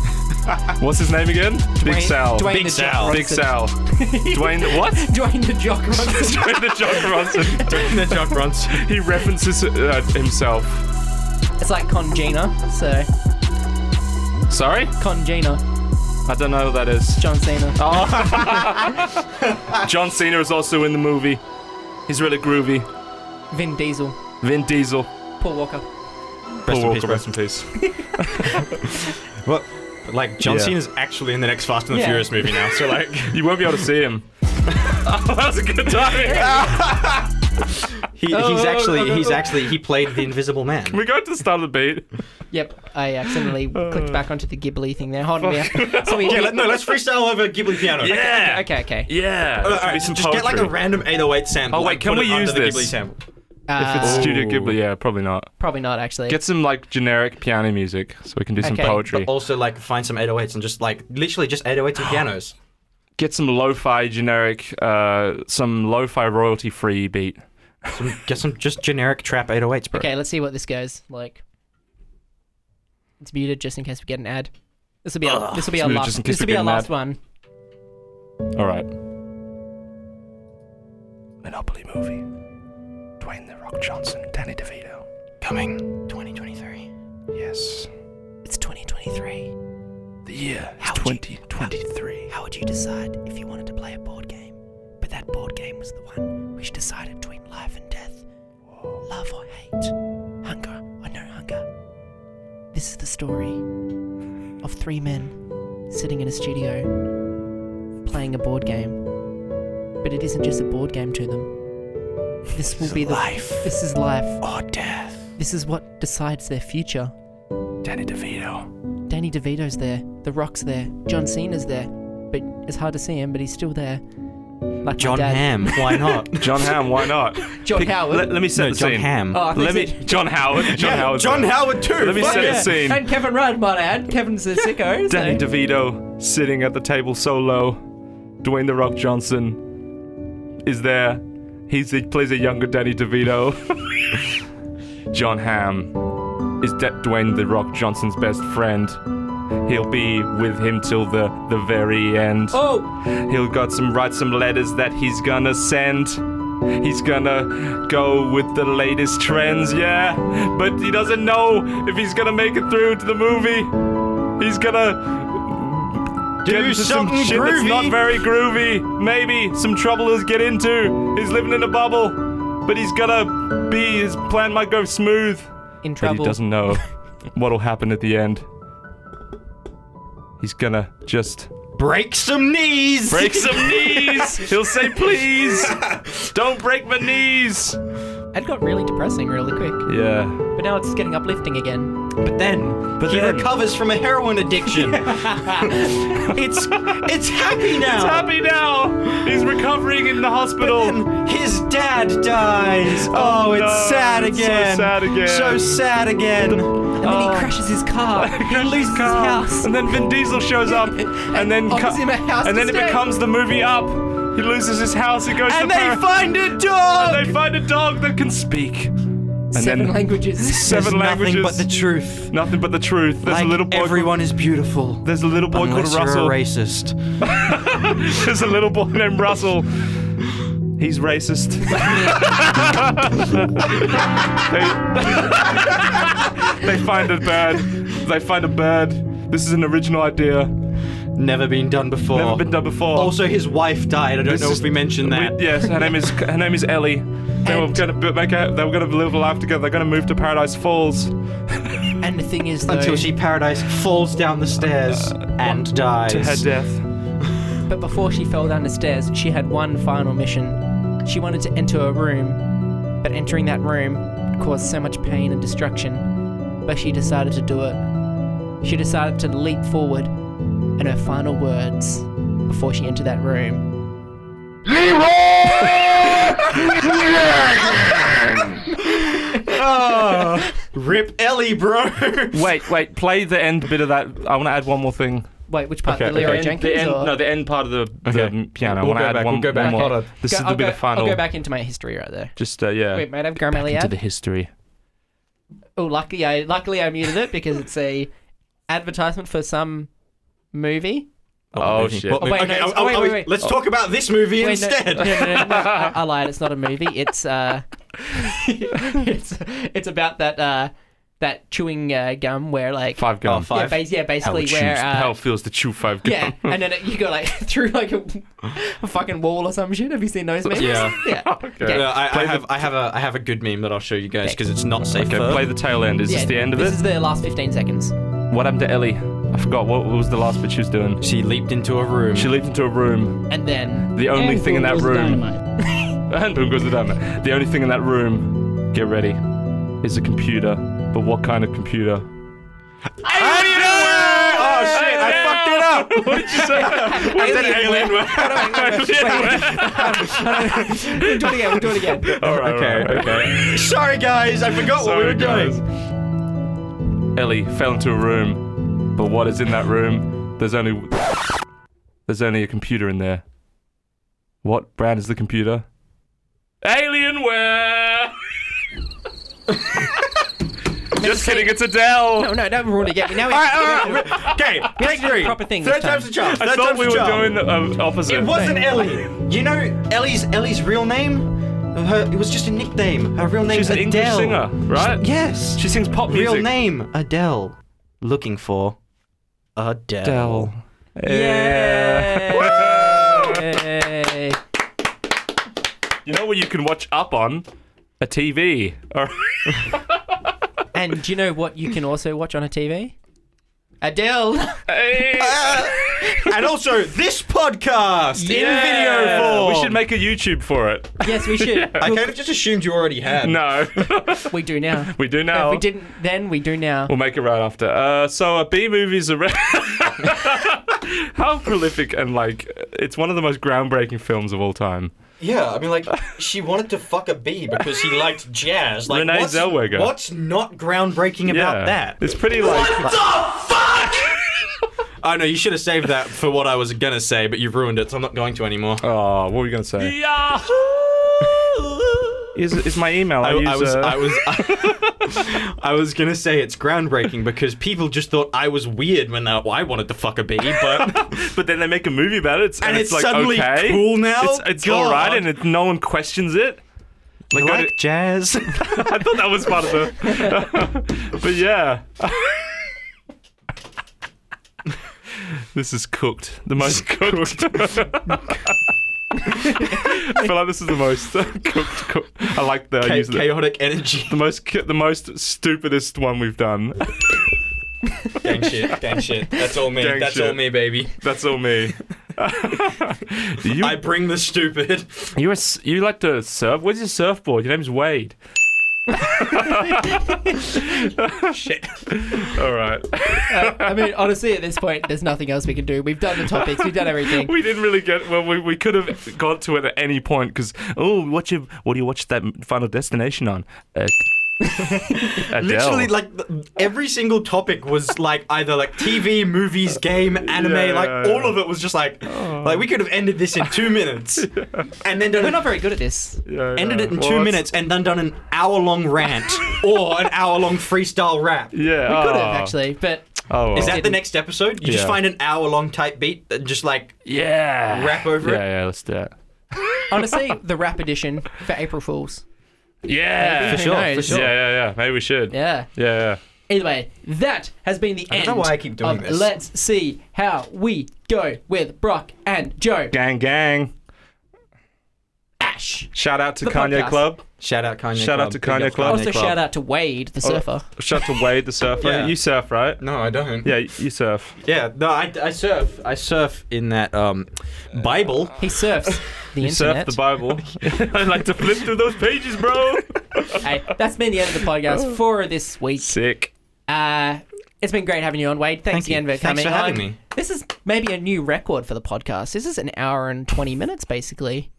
[SPEAKER 1] What's his name again? Big
[SPEAKER 3] Dwayne-
[SPEAKER 1] Sal.
[SPEAKER 3] Dwayne
[SPEAKER 2] Big
[SPEAKER 3] the Jock
[SPEAKER 2] Sal.
[SPEAKER 1] Big
[SPEAKER 3] Ronson. [LAUGHS]
[SPEAKER 1] Sal. Dwayne the, what?
[SPEAKER 3] Dwayne the
[SPEAKER 1] [LAUGHS]
[SPEAKER 3] Jock Ronson.
[SPEAKER 1] Dwayne the Jock
[SPEAKER 3] [LAUGHS]
[SPEAKER 1] Ronson.
[SPEAKER 2] the Jock [LAUGHS] runs.
[SPEAKER 1] He references uh, himself.
[SPEAKER 3] It's like Congina. So
[SPEAKER 1] Sorry?
[SPEAKER 3] Congina.
[SPEAKER 1] I don't know who that is.
[SPEAKER 3] John Cena.
[SPEAKER 1] Oh. John Cena is also in the movie. He's really groovy.
[SPEAKER 3] Vin Diesel.
[SPEAKER 1] Vin Diesel.
[SPEAKER 3] Paul Walker.
[SPEAKER 2] Rest in
[SPEAKER 1] Paul
[SPEAKER 2] peace,
[SPEAKER 1] Walker,
[SPEAKER 2] bro.
[SPEAKER 1] rest in peace.
[SPEAKER 2] What? Like John
[SPEAKER 1] Yeah.
[SPEAKER 2] Cena's actually in the next Fast and the
[SPEAKER 3] Yeah.
[SPEAKER 2] Furious movie now,
[SPEAKER 1] [LAUGHS]
[SPEAKER 2] so like
[SPEAKER 1] You won't be able to see him. oh, [LAUGHS] that was a good timing.
[SPEAKER 2] he,
[SPEAKER 1] Oh,
[SPEAKER 2] he's actually he's actually he played the Invisible Man.
[SPEAKER 1] [LAUGHS] we go to the start of the beat.
[SPEAKER 3] Yep,
[SPEAKER 1] [LAUGHS]
[SPEAKER 3] I accidentally clicked back onto the Ghibli thing there. Hold on, Oh, yeah. So we,
[SPEAKER 2] Yeah, let, no, let's freestyle over Ghibli piano.
[SPEAKER 1] Yeah.
[SPEAKER 3] [LAUGHS]
[SPEAKER 1] [LAUGHS]
[SPEAKER 3] okay, okay.
[SPEAKER 1] Yeah.
[SPEAKER 2] All right, just get like a random 808 sample.
[SPEAKER 1] Oh, wait,
[SPEAKER 2] like,
[SPEAKER 1] can
[SPEAKER 2] put
[SPEAKER 1] we
[SPEAKER 2] it
[SPEAKER 1] use
[SPEAKER 2] under the
[SPEAKER 1] this?
[SPEAKER 2] Ghibli sample.
[SPEAKER 3] Uh,
[SPEAKER 1] If it's Studio Ghibli, yeah, probably not.
[SPEAKER 3] probably not actually.
[SPEAKER 1] Get some like generic piano music so we can do some
[SPEAKER 3] Okay.
[SPEAKER 1] poetry.
[SPEAKER 2] Also, like find some 808s and just like literally just
[SPEAKER 1] [GASPS]
[SPEAKER 2] 808s and pianos.
[SPEAKER 1] Get some lo-fi generic, uh, some lo-fi royalty-free beat.
[SPEAKER 2] Some, get some just generic trap 808s, bro.
[SPEAKER 3] okay, let's see what this goes like. It's muted just in case we get an ad. This will be our, this will be
[SPEAKER 1] It's
[SPEAKER 3] our
[SPEAKER 1] muted
[SPEAKER 3] last
[SPEAKER 1] just in case
[SPEAKER 3] this will
[SPEAKER 1] we
[SPEAKER 3] be
[SPEAKER 1] get
[SPEAKER 3] our
[SPEAKER 1] an ad.
[SPEAKER 3] last one.
[SPEAKER 1] All right. Monopoly movie. Dwayne the Rock Johnson, Danny DeVito.
[SPEAKER 2] Coming 2023.
[SPEAKER 1] Yes.
[SPEAKER 3] It's 2023.
[SPEAKER 1] The year is
[SPEAKER 3] How would you-
[SPEAKER 1] 2023.
[SPEAKER 3] How would you decide if you wanted to play a board game? But that board game was the one which decided between life and death, love or hate, hunger or no hunger. This is the story of three men sitting in a studio playing a board game. But it isn't just a board game to them. This will be the life. This is life or death. This is what decides their future.
[SPEAKER 1] Danny DeVito.
[SPEAKER 3] Danny DeVito's there, The Rock's there, John Cena's there, but it's hard to see him, but he's still there. Like
[SPEAKER 2] John
[SPEAKER 3] my dad.
[SPEAKER 2] Ham. Why
[SPEAKER 1] [LAUGHS]
[SPEAKER 2] not?
[SPEAKER 1] John Ham, why not?
[SPEAKER 3] John Howard.
[SPEAKER 1] Let, let me set
[SPEAKER 2] No,
[SPEAKER 1] the
[SPEAKER 2] John
[SPEAKER 1] scene.
[SPEAKER 2] Ham. Oh,
[SPEAKER 3] I think
[SPEAKER 1] let me.
[SPEAKER 3] it's-
[SPEAKER 1] John Howard. John Howard.
[SPEAKER 2] John Howard too.
[SPEAKER 1] Let me
[SPEAKER 2] fuck
[SPEAKER 1] set
[SPEAKER 2] yeah.
[SPEAKER 1] the scene.
[SPEAKER 3] And Kevin Rudd, might I add. Kevin's a sicko. so-
[SPEAKER 1] Danny DeVito sitting at the table solo. Dwayne the Rock Johnson is there. He's the, plays a younger Danny DeVito. [LAUGHS] John Hamm is De- Dwayne the Rock Johnson's best friend. He'll be with him till the, the very end.
[SPEAKER 3] Oh,
[SPEAKER 1] He'll got some write some letters that he's gonna send. He's gonna go with the latest trends, yeah. But he doesn't know if he's gonna make it through to the movie. He's gonna
[SPEAKER 2] Do
[SPEAKER 1] get into some
[SPEAKER 2] something
[SPEAKER 1] shit that's not
[SPEAKER 2] groovy.
[SPEAKER 1] very groovy. Maybe some trouble he'll get into. He's living in a bubble, but he's gonna be his plan might go smooth.
[SPEAKER 3] in
[SPEAKER 1] But
[SPEAKER 3] trouble.
[SPEAKER 1] he doesn't [LAUGHS] know what'll happen at the end. He's gonna just
[SPEAKER 2] Break some knees.
[SPEAKER 1] Break [LAUGHS] some knees. He'll say, please, don't break my knees.
[SPEAKER 3] It got really depressing really quick,
[SPEAKER 1] Yeah.
[SPEAKER 3] but now it's getting uplifting again.
[SPEAKER 2] But then, but he
[SPEAKER 1] then-
[SPEAKER 2] recovers from a
[SPEAKER 1] [LAUGHS]
[SPEAKER 2] heroin addiction. it's it's happy
[SPEAKER 1] He's
[SPEAKER 2] now.
[SPEAKER 1] happy now. He's recovering in the hospital.
[SPEAKER 2] And His dad dies. Oh, it's
[SPEAKER 1] no,
[SPEAKER 2] sad
[SPEAKER 1] it's so
[SPEAKER 2] again.
[SPEAKER 1] sad again.
[SPEAKER 2] So sad again.
[SPEAKER 3] And then he crashes his car. he
[SPEAKER 1] Oh. [LAUGHS] Crashes
[SPEAKER 3] loses
[SPEAKER 1] his car,
[SPEAKER 3] his house.
[SPEAKER 1] And then Vin Diesel shows up, [LAUGHS] and then
[SPEAKER 3] offers him a house
[SPEAKER 1] and
[SPEAKER 3] to
[SPEAKER 1] then it
[SPEAKER 3] stay.
[SPEAKER 1] becomes the movie Up. He loses his house. He goes
[SPEAKER 2] and
[SPEAKER 1] to
[SPEAKER 2] they
[SPEAKER 1] Paris.
[SPEAKER 2] find a dog.
[SPEAKER 1] they find a dog that can speak. And
[SPEAKER 3] Seven
[SPEAKER 1] then [LAUGHS]
[SPEAKER 3] languages.
[SPEAKER 1] seven
[SPEAKER 2] There's
[SPEAKER 1] languages.
[SPEAKER 2] Nothing but the truth.
[SPEAKER 1] nothing but the truth. There's
[SPEAKER 2] like
[SPEAKER 1] a little boy. called-
[SPEAKER 2] everyone is beautiful.
[SPEAKER 1] there's a little boy called
[SPEAKER 2] unless
[SPEAKER 1] Russell.
[SPEAKER 2] you're a racist.
[SPEAKER 1] [LAUGHS] There's a little boy named Russell. He's racist. [LAUGHS] they, they find a bird. They find a bird. This is an original idea.
[SPEAKER 2] Never been done before.
[SPEAKER 1] Never been done before.
[SPEAKER 2] Oh. Also, his wife died. I don't
[SPEAKER 1] This
[SPEAKER 2] know
[SPEAKER 1] is-
[SPEAKER 2] if we mentioned
[SPEAKER 1] We-
[SPEAKER 2] that.
[SPEAKER 1] yes, her name is her name is Ellie. They were
[SPEAKER 3] And-
[SPEAKER 1] gonna b- make a, they were gonna live a life together. They're gonna move to Paradise Falls.
[SPEAKER 3] and the thing is, though,
[SPEAKER 2] Until she paradise falls down the stairs and dies.
[SPEAKER 1] Uh, To her death.
[SPEAKER 3] But before she fell down the stairs, she had one final mission. She wanted to enter a room, but entering that room caused so much pain and destruction, but she decided to do it. She decided to leap forward, and her final words before she entered that room
[SPEAKER 6] [LAUGHS]
[SPEAKER 2] Oh, Rip Ellie, bro.
[SPEAKER 1] Wait, wait. Play the end bit of that. I want to add one more thing.
[SPEAKER 3] Wait, which part? the
[SPEAKER 1] The
[SPEAKER 3] Leroy
[SPEAKER 1] end,
[SPEAKER 3] Uh, Jenkins?
[SPEAKER 1] the end,
[SPEAKER 3] or-
[SPEAKER 1] no, the end part of the,
[SPEAKER 2] Okay.
[SPEAKER 1] the piano. I
[SPEAKER 2] We'll
[SPEAKER 1] want to
[SPEAKER 2] go
[SPEAKER 1] add
[SPEAKER 2] back,
[SPEAKER 1] one,
[SPEAKER 2] we'll go back.
[SPEAKER 1] one more.
[SPEAKER 2] Hold on.
[SPEAKER 1] This
[SPEAKER 3] Go-
[SPEAKER 1] is
[SPEAKER 3] I'll
[SPEAKER 1] the bit
[SPEAKER 3] go-
[SPEAKER 1] of final.
[SPEAKER 3] I'll go back into my history right there.
[SPEAKER 1] Just uh, yeah.
[SPEAKER 3] Wait, might I have
[SPEAKER 1] back
[SPEAKER 3] Garmelie
[SPEAKER 1] into
[SPEAKER 3] ad?
[SPEAKER 1] the history.
[SPEAKER 3] Oh, lucky I luckily I muted it because it's a advertisement for some movie.
[SPEAKER 1] Oh, shit.
[SPEAKER 2] Well,
[SPEAKER 3] Oh, wait,
[SPEAKER 2] okay,
[SPEAKER 3] no, it's-
[SPEAKER 2] oh,
[SPEAKER 3] oh, wait,
[SPEAKER 2] oh,
[SPEAKER 3] wait, wait.
[SPEAKER 2] Let's talk about this movie
[SPEAKER 3] Wait, no-
[SPEAKER 2] instead.
[SPEAKER 3] No, no, no,
[SPEAKER 1] [LAUGHS]
[SPEAKER 3] no, I, I lied. It's not a movie. It's uh, [LAUGHS] it's it's about that uh, that chewing uh, gum where like
[SPEAKER 1] Five gun.
[SPEAKER 2] Oh, five.
[SPEAKER 3] yeah, bas- yeah basically where uh,
[SPEAKER 1] hell feels the chew five gun.
[SPEAKER 3] yeah, and then it, you go like [LAUGHS] through like a, a fucking wall or some shit. Have you seen those memes?
[SPEAKER 2] Yeah.
[SPEAKER 3] [LAUGHS] yeah.
[SPEAKER 1] [LAUGHS] Okay.
[SPEAKER 2] No, I, I
[SPEAKER 1] the-
[SPEAKER 2] have I have a I have a good meme that I'll show you guys because it's not safe.
[SPEAKER 1] Okay,
[SPEAKER 2] for-
[SPEAKER 1] play the tail end. Is
[SPEAKER 3] Yeah,
[SPEAKER 1] [LAUGHS] this the end of
[SPEAKER 3] This
[SPEAKER 1] it?
[SPEAKER 3] is the last 15 seconds.
[SPEAKER 1] What happened to Ellie? I forgot. What, what was the last bit she was doing?
[SPEAKER 2] she leaped into a room. Oh,
[SPEAKER 1] She leaped into a room.
[SPEAKER 3] And
[SPEAKER 1] [LAUGHS]
[SPEAKER 3] then [LAUGHS]
[SPEAKER 1] The only thing in that room. [LAUGHS] and boom goes the dynamite. The only thing in that room, get ready, is a computer. But what kind of computer?
[SPEAKER 2] Alienware! Oh shit! I fucked it up.
[SPEAKER 1] [LAUGHS] What did you say? what is that alienware?
[SPEAKER 3] we'll do it again. We'll do it again.
[SPEAKER 1] [LAUGHS] All right,
[SPEAKER 2] Okay,
[SPEAKER 1] okay.
[SPEAKER 2] Sorry guys, I forgot what we were
[SPEAKER 1] Sorry, guys.
[SPEAKER 2] doing.
[SPEAKER 1] Ellie fell into a room, but what is in that room? There's only there's only a computer in there. What brand is the computer? Alienware. [LAUGHS] Just kidding, it's Adele.
[SPEAKER 3] No, no, don't ruin it again. Now we
[SPEAKER 2] All right, all right. Okay, take
[SPEAKER 3] do
[SPEAKER 2] three.
[SPEAKER 3] proper thing
[SPEAKER 2] Third
[SPEAKER 3] this time.
[SPEAKER 2] time's the charm.
[SPEAKER 1] I
[SPEAKER 2] Third
[SPEAKER 1] thought
[SPEAKER 2] time's
[SPEAKER 1] we
[SPEAKER 2] the
[SPEAKER 1] were
[SPEAKER 2] charm.
[SPEAKER 1] doing the um, opposite.
[SPEAKER 2] It wasn't Ellie. You know Ellie's Ellie's real name? Her it was just a nickname. Her real name
[SPEAKER 1] She's an
[SPEAKER 2] Adele.
[SPEAKER 1] English singer, right?
[SPEAKER 2] Yes.
[SPEAKER 1] She sings pop music.
[SPEAKER 2] real name Adele. Looking for Adele.
[SPEAKER 1] Adele. [LAUGHS]
[SPEAKER 3] [LAUGHS] Yay.
[SPEAKER 1] You know what you can watch up on? A TV. All right.
[SPEAKER 3] And do you know what you can also watch on a TV? Adele.
[SPEAKER 2] [LAUGHS] and also this podcast
[SPEAKER 1] Yeah.
[SPEAKER 2] in video form.
[SPEAKER 1] We should make a YouTube for it.
[SPEAKER 3] yes,
[SPEAKER 1] [LAUGHS]
[SPEAKER 3] we should.
[SPEAKER 2] I kind of just assumed you already had.
[SPEAKER 1] No,
[SPEAKER 3] We do now.
[SPEAKER 1] we do now.
[SPEAKER 3] If we didn't then, we do now.
[SPEAKER 1] We'll make it right after. [LAUGHS] Uh, so a B movie's a. Re- How prolific and like It's one of the most groundbreaking films of all time.
[SPEAKER 2] Yeah, I mean, like, she wanted to fuck a bee because he liked jazz. Like,
[SPEAKER 1] Renee
[SPEAKER 2] what's,
[SPEAKER 1] Zellweger.
[SPEAKER 2] What's not groundbreaking about that?
[SPEAKER 1] It's pretty like.
[SPEAKER 2] I know you should have saved that for what I was gonna say, but you've ruined it, so I'm not going to anymore.
[SPEAKER 1] Oh, what were you gonna say? Is, is my email? I,
[SPEAKER 2] I,
[SPEAKER 1] use,
[SPEAKER 2] I was,
[SPEAKER 1] uh,
[SPEAKER 2] I was, [LAUGHS] I was gonna say it's groundbreaking because people just thought I was weird when I, I wanted to fuck
[SPEAKER 1] [LAUGHS]
[SPEAKER 2] a bee, but
[SPEAKER 1] but then they make a movie about it, and,
[SPEAKER 2] And
[SPEAKER 1] it's,
[SPEAKER 2] it's
[SPEAKER 1] like
[SPEAKER 2] suddenly
[SPEAKER 1] okay,
[SPEAKER 2] cool now?
[SPEAKER 1] It's, it's all right,
[SPEAKER 2] God.
[SPEAKER 1] and it, no one questions it. Like, I,
[SPEAKER 2] like jazz. [LAUGHS]
[SPEAKER 1] I thought that was part of the. [LAUGHS] but yeah. this is cooked. The most [LAUGHS] cooked. [LAUGHS] I feel like this is the most [LAUGHS] cooked. cook I like the. I use the-
[SPEAKER 2] chaotic energy.
[SPEAKER 1] the most ki- the most stupidest one we've done.
[SPEAKER 2] [LAUGHS] gang shit, gang shit. That's all me.
[SPEAKER 1] Gang
[SPEAKER 2] That's
[SPEAKER 1] shit.
[SPEAKER 2] all me, baby.
[SPEAKER 1] That's all
[SPEAKER 2] [LAUGHS]
[SPEAKER 1] me. you
[SPEAKER 2] I bring the stupid.
[SPEAKER 1] you a s you like to surf? Where's your surfboard? Your name's Wade.
[SPEAKER 2] shit.
[SPEAKER 1] All right.
[SPEAKER 3] I mean, honestly, at this point, there's nothing else we can do. We've done the topics, we've done everything.
[SPEAKER 1] We didn't really get well. We, we could have got to it at any point because oh, what you what do you watch that Final Destination on? Uh, Adele.
[SPEAKER 2] Literally, like th- every single topic was like either like TV, movies, game, anime.
[SPEAKER 1] Yeah,
[SPEAKER 2] like
[SPEAKER 1] yeah,
[SPEAKER 2] all
[SPEAKER 1] yeah.
[SPEAKER 2] of it was just like, like we could have ended this in
[SPEAKER 1] [LAUGHS]
[SPEAKER 2] two minutes, and then done
[SPEAKER 3] We're
[SPEAKER 2] an-
[SPEAKER 3] not very good at this.
[SPEAKER 1] Yeah, I
[SPEAKER 2] ended
[SPEAKER 1] know.
[SPEAKER 2] it in
[SPEAKER 1] Well,
[SPEAKER 2] two
[SPEAKER 1] it's-
[SPEAKER 2] minutes, and then done an hour long rant
[SPEAKER 1] [LAUGHS]
[SPEAKER 2] or an hour long freestyle rap.
[SPEAKER 1] Yeah.
[SPEAKER 3] We could
[SPEAKER 1] oh.
[SPEAKER 3] have, actually, but
[SPEAKER 1] Oh,
[SPEAKER 2] Is
[SPEAKER 1] well.
[SPEAKER 2] that the next episode? You
[SPEAKER 1] Yeah.
[SPEAKER 2] just find an hour long type beat and just like
[SPEAKER 1] yeah?
[SPEAKER 2] rap over
[SPEAKER 1] yeah,
[SPEAKER 2] it?
[SPEAKER 1] Yeah, let's do it.
[SPEAKER 3] honestly, the rap edition for April Fools.
[SPEAKER 1] Yeah.
[SPEAKER 3] For sure, for sure.
[SPEAKER 1] Yeah, yeah, yeah. Maybe we should.
[SPEAKER 3] Yeah.
[SPEAKER 1] Yeah, yeah.
[SPEAKER 3] Either way, that has been the end.
[SPEAKER 2] don't know why I keep doing
[SPEAKER 3] of
[SPEAKER 2] this.
[SPEAKER 3] Let's see how we go with Brock and Joe
[SPEAKER 1] Gang, gang.
[SPEAKER 3] Ash.
[SPEAKER 1] Shout out to
[SPEAKER 3] The
[SPEAKER 1] Kanye
[SPEAKER 3] podcast.
[SPEAKER 1] Club.
[SPEAKER 2] shout out Kanye.
[SPEAKER 1] Shout out to
[SPEAKER 2] Big
[SPEAKER 1] Kanye
[SPEAKER 2] ups,
[SPEAKER 1] Club.
[SPEAKER 3] Also,
[SPEAKER 1] Club. Oh.
[SPEAKER 3] shout out to Wade, the surfer.
[SPEAKER 1] Shout out to Wade the surfer.
[SPEAKER 2] Yeah.
[SPEAKER 1] You surf, right?
[SPEAKER 2] No, I don't.
[SPEAKER 1] Yeah, you surf.
[SPEAKER 2] yeah. No, I, I surf. I surf in that um Bible.
[SPEAKER 3] He surfs the
[SPEAKER 1] You surf
[SPEAKER 3] internet.
[SPEAKER 1] the Bible. [LAUGHS] I like to flip through those pages, bro.
[SPEAKER 3] hey, that's been the end of the
[SPEAKER 1] [LAUGHS]
[SPEAKER 3] podcast for this week.
[SPEAKER 1] Sick.
[SPEAKER 3] Uh, it's been great having you on, Wade. Thanks
[SPEAKER 2] Thank you.
[SPEAKER 3] again for
[SPEAKER 2] Thanks
[SPEAKER 3] coming
[SPEAKER 2] for having
[SPEAKER 3] on.
[SPEAKER 2] me.
[SPEAKER 3] This is maybe a new record for the podcast. This is an hour and 20 minutes, basically,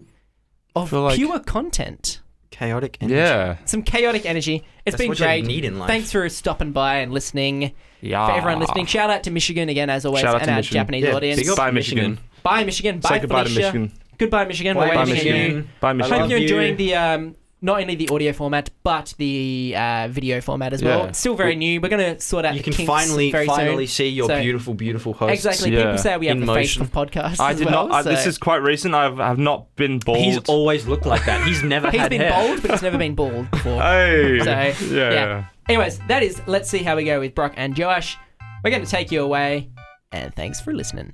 [SPEAKER 3] of
[SPEAKER 4] Feel like-
[SPEAKER 3] pure content.
[SPEAKER 2] Chaotic. Energy.
[SPEAKER 4] Yeah.
[SPEAKER 3] Some chaotic energy. It's
[SPEAKER 2] That's
[SPEAKER 3] been
[SPEAKER 2] what you
[SPEAKER 3] great.
[SPEAKER 2] need in life. Ah.
[SPEAKER 3] Thanks for stopping by and listening.
[SPEAKER 4] Yeah.
[SPEAKER 3] For everyone listening, shout out to Michigan again, as always,
[SPEAKER 1] Shout out
[SPEAKER 3] and
[SPEAKER 1] to
[SPEAKER 3] our
[SPEAKER 1] Michigan.
[SPEAKER 3] Japanese
[SPEAKER 2] Yeah,
[SPEAKER 3] audience.
[SPEAKER 2] big up
[SPEAKER 1] Bye,
[SPEAKER 2] Michigan.
[SPEAKER 1] Michigan.
[SPEAKER 3] Bye, Michigan. Bye,
[SPEAKER 1] Say goodbye to
[SPEAKER 3] Felicia.
[SPEAKER 1] Michigan.
[SPEAKER 3] Goodbye, Michigan. We're
[SPEAKER 2] Bye,
[SPEAKER 3] waiting
[SPEAKER 1] Bye,
[SPEAKER 3] for
[SPEAKER 2] Michigan.
[SPEAKER 3] you.
[SPEAKER 1] Michigan. Bye,
[SPEAKER 2] I
[SPEAKER 1] Michigan.
[SPEAKER 3] Hope
[SPEAKER 2] love
[SPEAKER 3] you're
[SPEAKER 2] you.
[SPEAKER 3] enjoying the um, not only the audio format but the uh, video format as well.
[SPEAKER 1] Yeah.
[SPEAKER 3] It's Still very
[SPEAKER 1] We-
[SPEAKER 3] new. We're gonna sort out.
[SPEAKER 2] You
[SPEAKER 3] the
[SPEAKER 2] can
[SPEAKER 3] kinks
[SPEAKER 2] finally
[SPEAKER 3] very soon.
[SPEAKER 2] finally see your
[SPEAKER 3] So-
[SPEAKER 2] beautiful, beautiful hosts.
[SPEAKER 3] Exactly.
[SPEAKER 1] Yeah.
[SPEAKER 3] People say we have
[SPEAKER 2] In
[SPEAKER 3] the
[SPEAKER 2] motion.
[SPEAKER 3] face of podcasts.
[SPEAKER 1] I
[SPEAKER 3] as
[SPEAKER 1] did
[SPEAKER 3] well,
[SPEAKER 1] not. I, This
[SPEAKER 3] so-
[SPEAKER 1] is quite recent. I've I've not been bald.
[SPEAKER 2] He's always looked like that. He's never
[SPEAKER 3] He's
[SPEAKER 2] had
[SPEAKER 3] been
[SPEAKER 2] hair.
[SPEAKER 3] bold, but he's never
[SPEAKER 1] [LAUGHS]
[SPEAKER 3] been bald before.
[SPEAKER 1] Hey.
[SPEAKER 3] So yeah.
[SPEAKER 1] yeah.
[SPEAKER 3] Anyways, that is. Let's see how we go with Brock and Josh. We're gonna take you away, and thanks for listening.